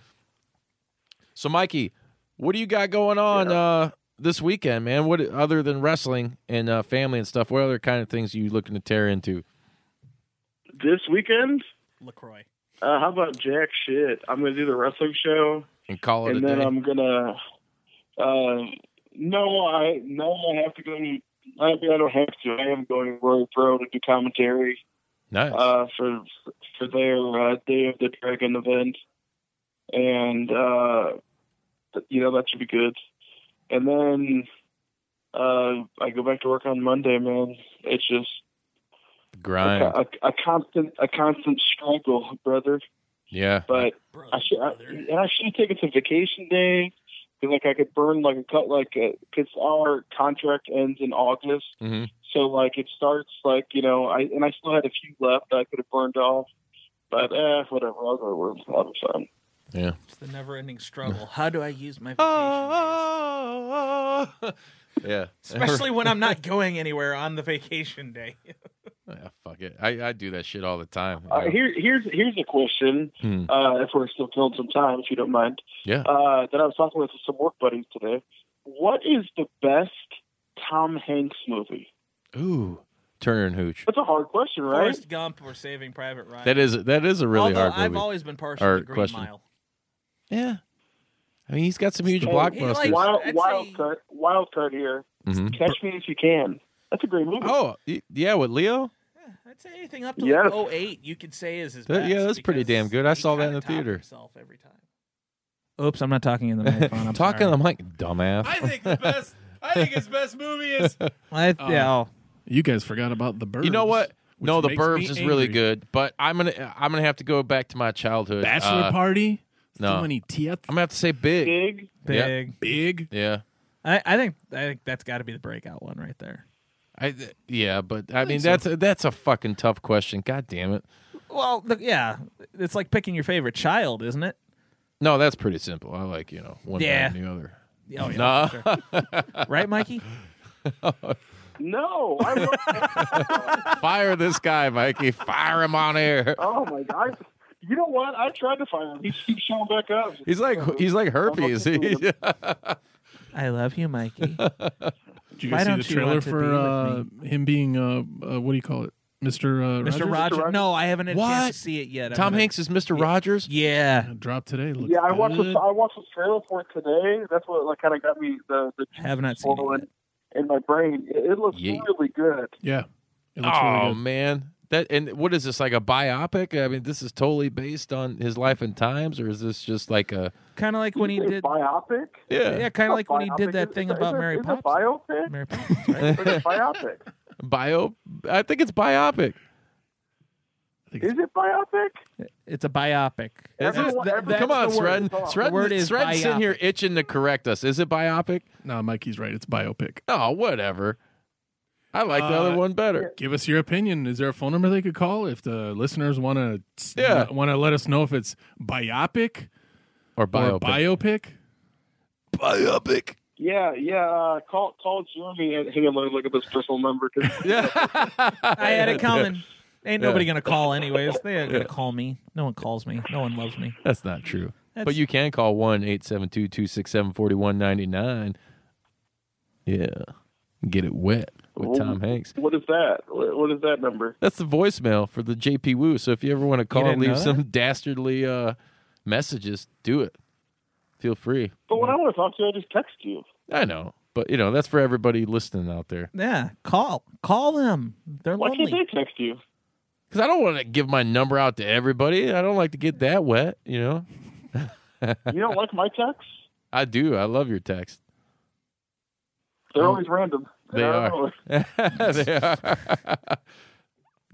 S4: So, Mikey, what do you got going on uh, this weekend, man? What other than wrestling and uh, family and stuff? What other kind of things are you looking to tear into?
S6: This weekend?
S7: Lacroix.
S6: Uh, how about jack shit? I'm gonna do the wrestling show,
S4: And call it
S6: and
S4: a
S6: then
S4: day.
S6: I'm gonna. Uh, no, I no, I have to go. to- I, I don't have to. I am going to Royal Pro to do commentary.
S4: Nice.
S6: uh, for for their uh, Day of the Dragon event, and uh, th- you know that should be good. And then uh, I go back to work on Monday, man. It's just
S4: Grind.
S6: a, a constant a constant struggle, brother.
S4: Yeah.
S6: But I should I, and I should have taken some vacation days. 'cause, Like I could burn like a cut like because our contract ends in August,
S4: Mhm.
S6: so like it starts like you know I and I still had a few left that I could have burned off, but eh, whatever. I'll go to work. I'll have fun.
S4: Yeah.
S7: It's the never-ending struggle. How do I use my vacation?
S4: Ah.
S7: days?
S4: Yeah.
S7: Especially when I'm not going anywhere on the vacation day.
S4: Yeah, fuck it. I, I do that shit all the time.
S6: Uh, here here's here's a question.
S4: Hmm.
S6: Uh, if we're still killing some time, if you don't mind.
S4: Yeah.
S6: Uh, that I was talking with some work buddies today. What is the best Tom Hanks movie?
S4: Ooh, Turner and Hooch.
S6: That's a hard question, right?
S7: Forrest Gump or Saving Private Ryan.
S4: That is that is a really
S7: Although
S4: hard.
S7: I've
S4: movie.
S7: always been partial
S4: Or
S7: to Green
S4: question.
S7: Mile.
S4: Yeah, I mean he's got some huge
S6: Hey,
S4: blockbusters.
S6: wild, wild card, wild card here.
S4: Mhm.
S6: Catch me if you can. That's a great movie.
S4: Oh y- yeah, with Leo.
S7: I'd say anything up to
S6: Yes.
S7: like 08 you could say is his
S4: That-
S7: best.
S4: yeah, that's pretty damn good. I saw that in the theater.
S7: Himself every time. Oops, I'm not talking in the microphone. I'm
S4: talking.
S7: sorry.
S4: I'm like dumbass.
S8: I think the best. I think his best movie is.
S7: I, yeah, oh, I'll-
S8: You guys forgot about the birds.
S4: You know what?
S8: which
S4: no, the
S8: makes me
S4: Burbs is really
S8: angry.
S4: good, but I'm gonna I'm gonna have to go back to my childhood.
S8: Bachelor
S4: Uh,
S8: Party.
S4: No,
S8: So many TF.
S4: I'm gonna have to say big.
S6: Big.
S4: Yeah.
S7: Big.
S8: Big.
S4: Yeah.
S7: I, I think I think that's got to be the breakout one right there.
S4: I th- yeah, but I,
S7: I
S4: mean
S7: think so.
S4: that's a, that's a fucking tough question. God damn it.
S7: Well, the, yeah, it's like picking your favorite child, isn't it?
S4: No, that's pretty simple. I like you know one
S7: Yeah.
S4: better than the other.
S7: Oh, yeah,
S4: Nah.
S7: sure. Right, Mikey?
S6: No, I
S4: Fire this guy, Mikey. Fire him on air.
S6: oh my god! You know what? I tried to find him. He keeps showing back up.
S4: He's like he's like herpes. He,
S7: I love you, Mikey.
S8: Did you
S7: Why
S8: guys see
S7: don't
S8: the
S7: you
S8: trailer
S7: want to
S8: for uh, him being uh, uh, what do you call it, Mister uh,
S7: Mr.
S8: Rogers?
S7: Rogers? No, I haven't had a
S8: What?
S7: chance to see it yet. I'm
S4: Tom
S7: gonna-
S4: Hanks is Mr. Rogers.
S7: Yeah,
S8: dropped today. Looks
S6: yeah, I watched
S8: good.
S6: the, I watched the trailer for it today. That's what like kind of got me the the juice
S7: Have not seen it
S6: flowing in my brain. It, it looks
S4: Yeah.
S6: really good.
S8: Yeah. It looks
S4: oh
S8: really good.
S4: man, That and what is this like a biopic? I mean, this is totally based on his life and times, or is this just like a?
S7: Kind of like when he did
S6: biopic.
S4: Yeah.
S7: yeah. Kind
S6: A
S7: of like when he did
S6: biopic?
S7: that
S6: Is-
S7: thing
S6: is
S7: about
S6: it-
S7: Mary
S6: is it
S7: Poppins.
S6: biopic?
S7: Mary Poppins.
S6: Or is it biopic?
S4: Bio, I think it's biopic.
S6: Is it biopic?
S7: It's a
S4: Is
S7: biopic.
S4: it?
S6: Everyone-
S4: Th-
S6: every-
S4: Come on,
S6: that's the word.
S4: Sred.
S6: Hold on.
S4: Sred,
S6: The word is
S4: Sred's sitting here
S6: biopic.
S4: itching to correct us. Is it biopic?
S8: No, Mikey's right. It's biopic.
S4: Oh, whatever. I like the
S8: Uh,
S4: other one better.
S8: Give us your opinion. Is there a phone number they could call if the listeners want to
S4: Yeah.
S8: want to let us know if it's biopic
S4: or
S8: biopic? biopic?
S4: Biopic.
S6: Yeah, yeah. Uh, call call Jeremy. and- Hang on, let me look at this personal number. 'cause-
S7: I had it coming. Ain't
S6: Yeah.
S7: nobody gonna call anyways. They ain't
S4: Yeah.
S7: gonna call me. No one calls me. No one loves me.
S4: That's not true.
S7: That's-
S4: But you can call 1 872 267 4199. Yeah. Get it wet with Tom Hanks.
S6: What is that? What what is that number?
S4: That's the voicemail for the JP Woo. So if you ever want to call and
S6: didn't
S4: leave
S6: know
S4: some dastardly uh, messages, do it. Feel free.
S6: But when I want to talk to you, I just text you.
S4: I know. But, you know, that's for everybody listening out there.
S7: Yeah, call call them. They're
S6: Why
S7: lonely.
S6: can't they text you?
S4: Because I don't want to give my number out to everybody. I don't like to get that wet, you know?
S6: You don't like my texts?
S4: I do. I love your text.
S6: They're always random.
S4: Oh, They
S6: I
S4: are.
S6: don't know.
S4: they are.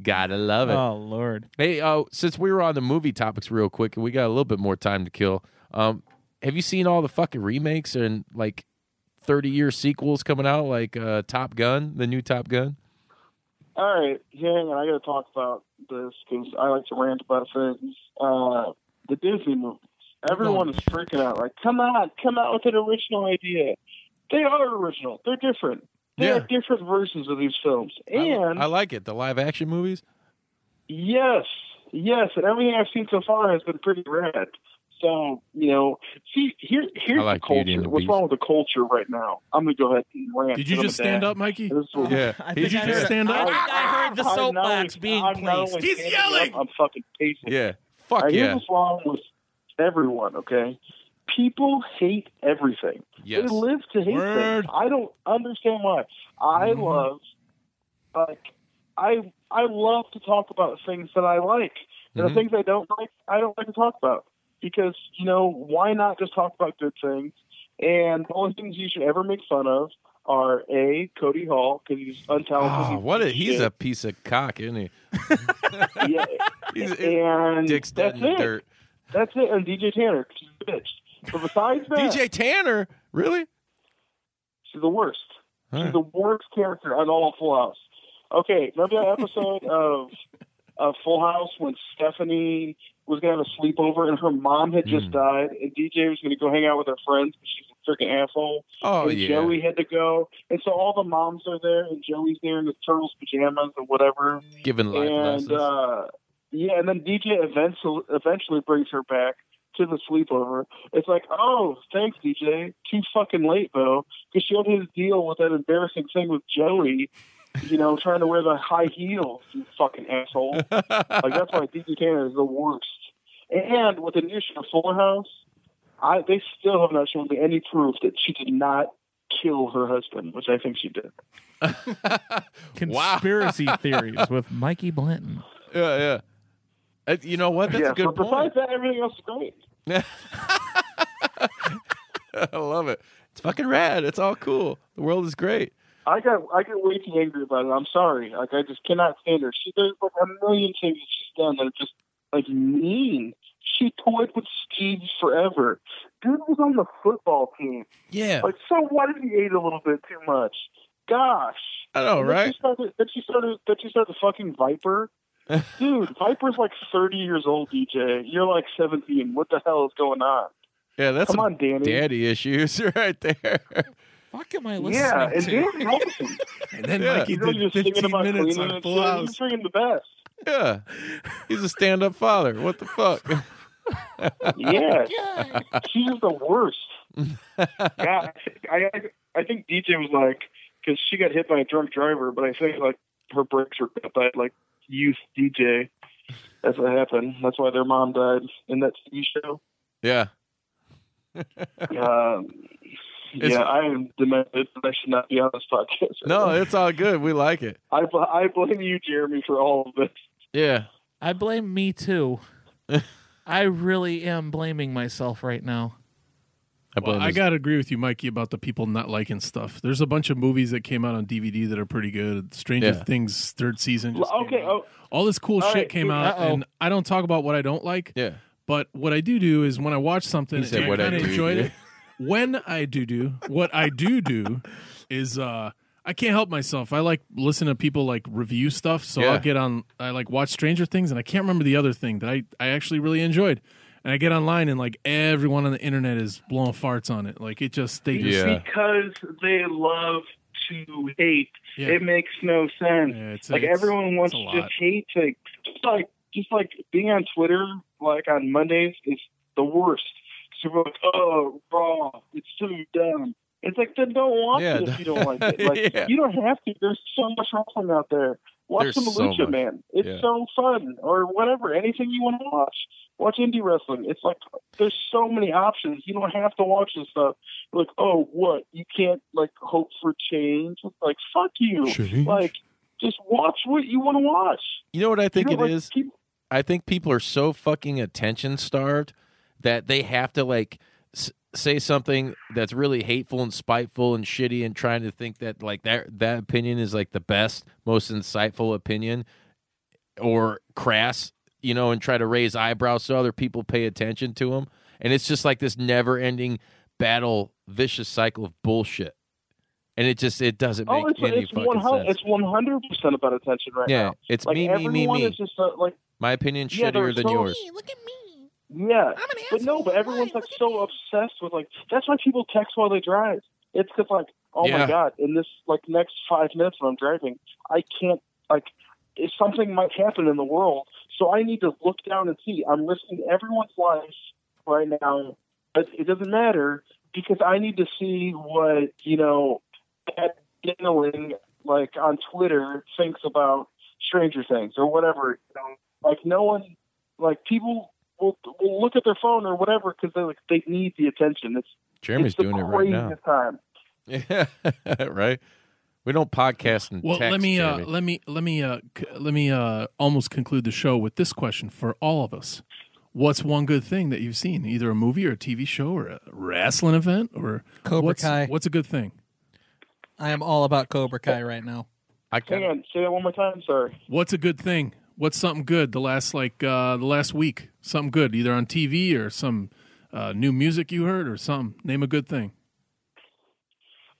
S4: Gotta love it.
S7: Oh Lord.
S4: Hey, uh, since we were on the movie topics real quick, and we got a little bit more time to kill. Um, have you seen all the fucking remakes and like thirty-year sequels coming out, like uh, Top Gun, the new Top Gun?
S6: All right, hang on. I got to talk about this because I like to rant about things. Uh, the Disney movies. Everyone is freaking out. Like, come on, come out with an original idea. They are original. They're different. They are different versions of these films. And
S4: I like it. The live-action movies.
S6: yes, yes, and everything I've seen so far has been pretty rad. So you know, see, here, here's
S4: I like
S6: the
S4: Beauty
S6: culture.
S4: and the
S6: What's
S4: Beast.
S6: wrong with the culture right now? I'm gonna go ahead and rant.
S8: Did you
S6: I'm
S8: just
S6: a
S8: stand
S6: dad.
S8: up, Mikey?
S6: This is-
S4: Yeah.
S8: Did
S7: I think
S8: you
S7: I
S8: just
S7: heard-
S8: stand
S7: I
S8: up?
S7: think I heard the
S6: I'm not
S7: soapbox being
S6: I'm not
S7: placed.
S6: only standing up, I'm fucking pacing.
S4: Yeah. Fuck
S6: I
S4: yeah.
S6: Here's what's wrong with everyone. Okay, people hate everything.
S4: Yes.
S6: They live to hate
S4: Word. Mm-hmm.
S6: things. I don't understand why. I love, like, I I love to talk about things that I like. And
S4: Mhm.
S6: the things I don't like, I don't like to talk about because you know why not just talk about good things? And the only things you should ever make fun of are a Cody Hall because he's untalented.
S4: Oh,
S6: he's
S4: what a,
S6: piece of
S4: he's
S6: shit.
S4: a piece of cock, isn't he?
S6: yeah. and
S4: Dick's dead
S6: that's
S4: in the
S6: it.
S4: dirt.
S6: That's it. And DJ Tanner, 'cause she's a bitch. But besides that,
S4: DJ Tanner, really?
S6: she's the worst. She's the worst character on all of Full House. Okay, remember that episode of of Full House when Stephanie was gonna have a sleepover and her mom had
S4: Hmm.
S6: just died and DJ was gonna go hang out with her friends, but she's a freaking asshole.
S4: Oh,
S6: and
S4: yeah.
S6: Joey had to go, and so all the moms are there, and Joey's there in his turtles pajamas and whatever.
S4: Giving life
S6: and,
S4: lessons.
S6: Uh, yeah, and then DJ eventually eventually brings her back to the sleepover. It's like, oh, thanks, DJ. Too fucking late though, because she had his deal with that embarrassing thing with Joey. You know, trying to wear the high heels, you fucking asshole. like that's why DJ Tanner is the worst. And with the new show Fuller House, I they still have not shown me any proof that she did not kill her husband, which I think she did. uh,
S7: Conspiracy theories with Mikey Blanton.
S4: yeah, yeah. Uh, you know what? That's
S6: yeah,
S4: a good
S6: but
S4: point.
S6: besides that, everything else is great.
S4: I love it. It's fucking rad. It's all cool. The world is great.
S6: I got I get way too angry about it. I'm sorry. Like I just cannot stand her. She there's like a million things that she's done that are just like mean. She toyed with Steve forever. Dude was on the football team.
S4: Yeah.
S6: Like so what if he ate a little bit too much? Gosh.
S4: I know,
S6: And then
S4: right?
S6: She started, then she started then she started fucking Viper. Dude, Viper's like thirty years old, DJ. You're like seventeen. What the hell is going on?
S4: Yeah, that's
S6: Come
S4: some
S6: on, Danny.
S4: daddy issues right there.
S7: Fuck am I listening
S6: Yeah, and
S7: to?
S6: Danny Robinson.
S8: And then
S4: Yeah.
S8: Mikey
S6: You know,
S8: did
S6: you're singing
S8: 15
S6: about
S8: minutes
S6: cleaning
S8: on
S6: and
S8: Full
S6: shit.
S8: House.
S6: You're freaking the best.
S4: Yeah. He's a stand up father. What the fuck?
S6: Yes. She's the worst. yeah, I, I I think DJ was like, because she got hit by a drunk driver, but I think like her brakes were cut by like youth DJ. That's what happened. That's why their mom died in that TV show.
S4: Yeah.
S6: Um, yeah, I am demented. and I should not be on this podcast.
S4: No, it's all good. We like it.
S6: I bl- I blame you, Jeremy, for all of this.
S4: Yeah.
S7: I blame me too. I really am blaming myself right now.
S8: I,
S7: blame
S8: I
S7: this-
S8: gotta agree with you, Mikey, about the people not liking stuff. There's a bunch of movies that came out on DVD that are pretty good. Stranger
S4: Yeah.
S8: Things third season. Just
S6: Well, okay. Oh,
S8: all this cool
S6: All
S8: shit
S6: right,
S8: came
S6: dude,
S8: out,
S6: uh-oh.
S8: and I don't talk about what I don't like.
S4: Yeah.
S8: But what I do do is when I watch something,
S4: He said
S8: and I
S4: what I
S8: kind of
S4: do
S8: enjoyed
S4: do.
S8: it. When I do do what I do do is uh I can't help myself. I like listen to people like review stuff, so
S4: Yeah.
S8: I'll get on. I like watch Stranger Things, and I can't remember the other thing that I I actually really enjoyed. And I get online, and like everyone on the internet is blowing farts on it. Like it just they just
S6: because they love to hate.
S8: Yeah.
S6: It makes no sense.
S8: it's-
S6: like
S8: it's-
S6: everyone wants
S8: it's a
S6: to
S8: lot.
S6: just hate things. Just like just like being on Twitter like on Mondays is the worst. So we're like, oh, raw, it's so dumb. It's like then don't watch
S4: Yeah,
S6: it if you don't like it. Like
S4: yeah.
S6: you don't have to. There's so much wrestling out there. Watch
S4: There's
S6: some
S4: so
S6: Lucha
S4: much.
S6: Man. It's
S4: Yeah.
S6: so fun, or whatever. Anything you want to watch. Watch indie wrestling. It's like there's so many options. You don't have to watch this stuff. Like, oh, what? You can't like hope for change. It's Like, fuck you.
S4: Change?
S6: Like, just watch what you want to watch.
S4: You know what I think
S6: You
S4: it
S6: know, like,
S4: is? I think people are so fucking attention starved that they have to like s- say something that's really hateful and spiteful and shitty and trying to think that like that that opinion is like the best, most insightful opinion or crass, you know, and try to raise eyebrows so other people pay attention to them. And it's just like this never-ending battle, vicious cycle of bullshit. And it just it doesn't make
S6: Oh, it's
S4: any
S6: it's
S4: fucking
S6: one hundred
S4: sense.
S6: it's one hundred percent about attention right
S4: Yeah,
S6: now.
S4: it's
S6: like,
S4: me, me, me,
S6: everyone
S4: me.
S6: Is just uh, like
S4: My opinion
S6: Yeah, they're
S4: shittier than
S6: so-
S4: yours.
S6: Yeah, but no, but everyone's like so obsessed with like that's why people text while they drive. It's 'cause like, oh
S4: Yeah.
S6: my god, in this like next five minutes when I'm driving, I can't like if something might happen in the world, so I need to look down and see. I'm risking everyone's life right now, but it doesn't matter because I need to see what you know that dingling like on Twitter thinks about Stranger Things or whatever. You know? Like no one like people will, will look at their phone or whatever because they like they need the attention. It's
S4: Jeremy's
S6: it's the
S4: doing it right now.
S6: craziest Time.
S4: Yeah, right. We don't podcast and
S8: Well,
S4: text.
S8: let me uh,
S4: Jeremy.
S8: let me let me uh, c- let me uh, almost conclude the show with this question for all of us: What's one good thing that you've seen, either a movie or a TV show or a wrestling event or
S5: Cobra
S8: what's,
S5: Kai.
S8: What's a good thing?
S5: I am all about Cobra Kai right now.
S4: I
S6: Hang on, say that one more time. Sorry.
S8: What's a good thing? What's something good the last like uh, the last week? Something good, either on TV or some uh, new music you heard or something. Name a good thing.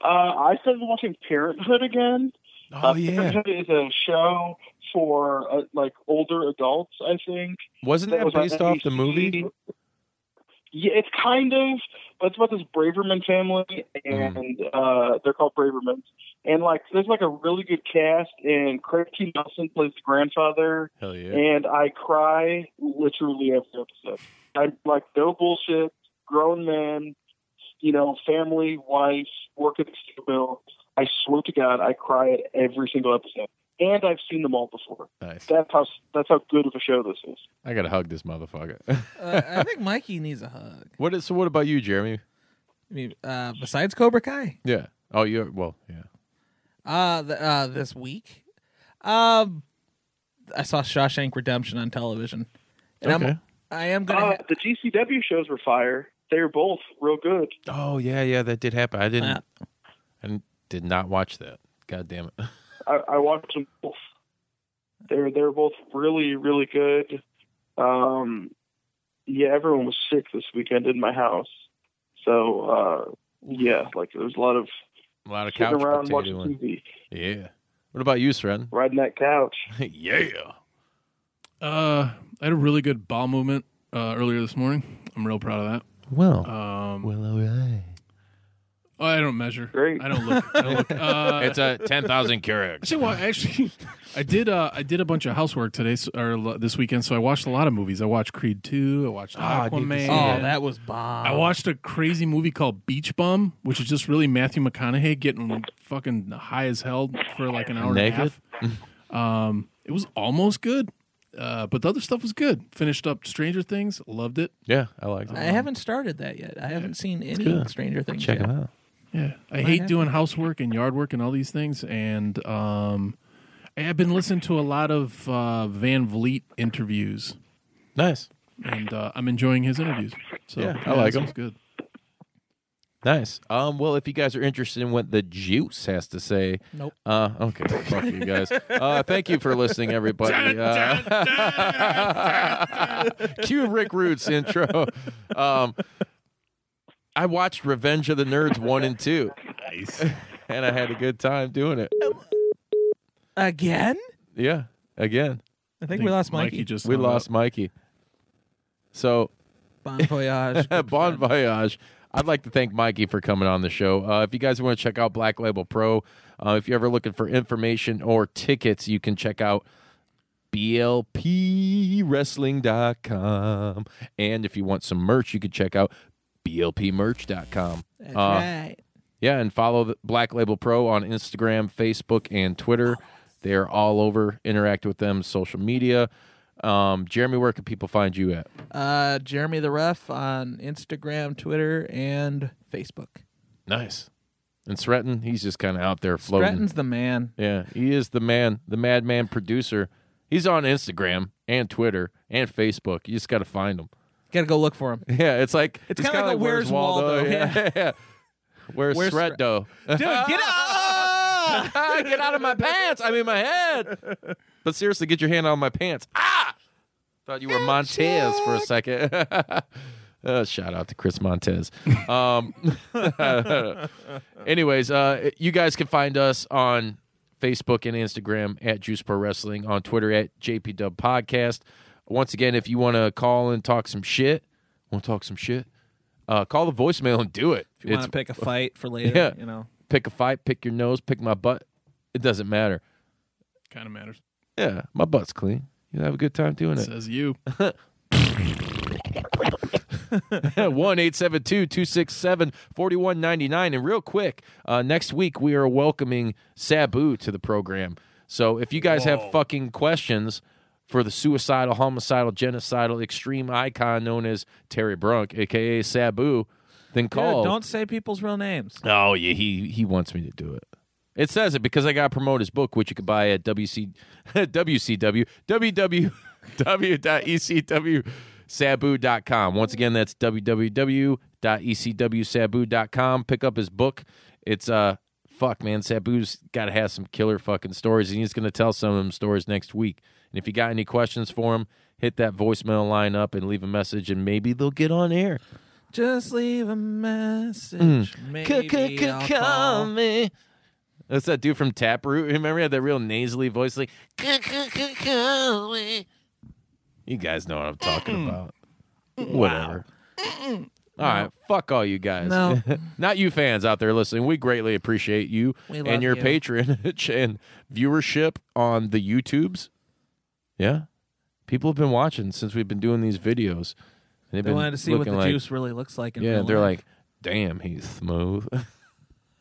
S6: Uh, I started watching Parenthood again.
S4: Oh,
S6: uh,
S4: yeah.
S6: Parenthood is a show for uh, like older adults. I think
S4: Wasn't that
S6: was on
S4: based off the
S6: NBC.
S4: movie?
S6: Yeah, it's kind of, but it's about this Braverman family,
S4: Mm-hmm.
S6: and uh, they're called Bravermans. And like, there's like a really good cast, and Craig T. Nelson plays the grandfather.
S4: Hell yeah.
S6: And I cry literally every episode. I'm like, no bullshit, grown man, you know, family, wife, work at the steel mill. I swear to God, I cry at every single episode. And I've seen them all before.
S4: Nice.
S6: That's how that's how good of a show this is.
S4: I gotta hug this motherfucker.
S5: Uh, I think Mikey needs a hug.
S4: what is so? What about you, Jeremy?
S5: I mean, uh, besides Cobra Kai,
S4: Yeah. Oh, you. Well, yeah.
S5: uh, th- uh, this week, um, I saw Shawshank Redemption on television, and
S4: Okay.
S5: I'm I am gonna.
S6: Uh, the GCW shows were fire. They were both real good.
S4: Oh, yeah, yeah. That did happen. I didn't.
S5: Ah.
S4: I didn't- did not watch that. God damn it.
S6: I, I watched them both. They're they're both really really good. Um, yeah, everyone was sick this weekend in my house, so uh, yeah, like there was a lot of
S4: A lot of
S6: sitting
S4: couch
S6: around watching
S4: potatoing.
S6: TV,
S4: Yeah. What about you, Sren?
S6: riding that couch.
S4: yeah.
S8: Uh, I had a really good ball movement uh, earlier this morning. I'm real proud of that.
S4: Well.
S8: Um,
S4: well, all right.
S8: Oh, I don't measure.
S6: Great.
S8: I don't look. I don't look. Uh,
S4: it's a ten thousand
S8: I
S4: Keurigs.
S8: tell you what, actually, I did. Uh, I did a bunch of housework today so- or l- this weekend, so I watched a lot of movies. I watched Creed two. I watched
S4: Ah, I need to
S8: Aquaman.
S4: see
S5: oh, that was bomb.
S8: I watched a crazy movie called Beach Bum, which is just really Matthew McConaughey getting fucking high as hell for like an hour
S4: Naked?
S8: and a half. Um, it was almost good, uh, but the other stuff was good. Finished up Stranger Things, loved it.
S4: Yeah, I like
S5: I
S4: that.
S5: haven't started that yet. I haven't seen any
S4: good.
S5: Stranger Things
S4: Check
S5: yet.
S4: them out.
S8: Yeah, I
S5: Might
S8: hate
S5: have
S8: doing housework and yard work and all these things, and um, Hey, I've been listening to a lot of uh, Van Vliet interviews.
S4: Nice.
S8: And uh, I'm enjoying his interviews. So
S4: Yeah, I like
S8: this
S4: 'em.
S8: is good.
S4: Nice. Um, well, if you guys are interested in what the juice has to say,
S8: Nope.
S4: Uh, okay, fuck you guys. Uh, thank you for listening, everybody. Uh, cue Rick Roots intro. Um, I watched Revenge of the Nerds one and two. Nice. And I had a good time doing it.
S7: Again?
S4: Yeah, again.
S7: I think we lost Mikey.
S4: we lost Mikey. So
S7: Bon voyage.
S4: bon voyage. I'd like to thank Mikey for coming on the show. Uh, if you guys want to check out Black Label Pro, uh, if you're ever looking for information or tickets, you can check out blpwrestling.com. And if you want some merch, you can check out blpmerch.com. That's Ah.
S7: right.
S4: Yeah, and follow the Black Label Pro on Instagram, Facebook, and Twitter. They are all over. Interact with them, social media. Um, Jeremy, where can people find you at?
S5: Uh, Jeremy the Ref on Instagram, Twitter, and Facebook.
S4: Nice. And Sretton, he's just kind of out there floating.
S5: Stratton's the man.
S4: Yeah, he is the man, the madman producer. He's on Instagram and Twitter and Facebook. You just got to find him.
S5: Got to go look for him.
S4: Yeah, it's like
S7: It's
S4: it's
S7: kinda
S4: kinda
S7: like a Where's Waldo,
S4: Yeah. Where's,
S7: Where's Sre-
S4: Sretdo?
S7: Dude, get
S4: out! get out of my pants! I mean, my head. But seriously, get your hand out of my pants. Ah! Thought you were Montez for a second. Uh, shout out to Chris Montez. Um, anyways, uh, you guys can find us on Facebook and Instagram at Juice Pro Wrestling, on Twitter at JPW Podcast. Once again, if you want to call and talk some shit, want to talk some shit, uh, call the voicemail and do it.
S5: If you wanna pick a fight for later,
S4: yeah.
S5: you know.
S4: pick a fight, pick your nose, pick my butt. It doesn't matter.
S8: Kind of matters.
S4: Yeah, my butt's clean. You have a good time doing it.
S8: Says you.
S4: 1 872 267 4199. And real quick, uh, next week we are welcoming Sabu to the program. So if you guys have fucking questions for the suicidal, homicidal, genocidal, extreme icon known as Terry Brunk, aka Sabu, then
S5: Dude,
S4: call.
S5: don't say people's real names.
S4: Oh yeah, he he wants me to do it. It says it because I got to promote his book, which you can buy at WC, WCW, E www.ecwsabu.com. Once again, that's E www.ecwsabu.com. Pick up his book. It's uh fuck man, Sabu's got to have some killer fucking stories, and he's gonna tell some of them stories next week. And if you got any questions for him, hit that voicemail line up and leave a message, and maybe they'll get on air.
S5: Just leave a message.
S4: Mm.
S5: Maybe I'll call.
S4: me. That's that dude from Taproot. Remember, he had that real nasally voice. Like, you guys know what I'm talking about. Whatever. All right, fuck all you guys.
S7: No.
S4: Not you fans out there listening. We greatly appreciate you
S7: We love
S4: and your
S7: you.
S4: patronage and viewership on the YouTubes. Yeah. People have been watching since we've been doing these videos. They've
S5: They
S4: been
S5: wanted to see what
S4: looking
S5: the
S4: like-
S5: juice really looks like in
S4: yeah,
S5: real
S4: they're
S5: life.
S4: like, damn, he's smooth.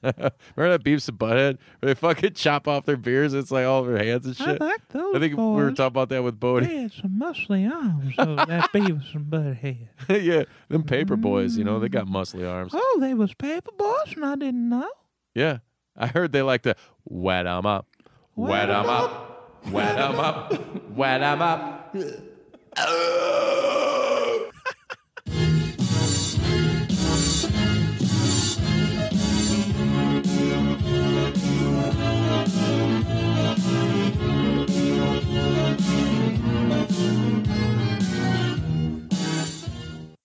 S4: Remember that Beeps and Butthead? Where they fucking chop off their beards. It's like all over their hands and
S7: I
S4: shit.
S7: like those
S4: I think we were
S7: boys.
S4: talking about that with Bodie.
S7: It's mostly arms of that Beavis and Butthead.
S4: yeah, them paper boys, you know, they got muscly arms.
S7: Oh, they was paper boys and I didn't know.
S4: Yeah. I heard they like to wet 'em up. Wet 'em up. Wet 'em up. Wet 'em up.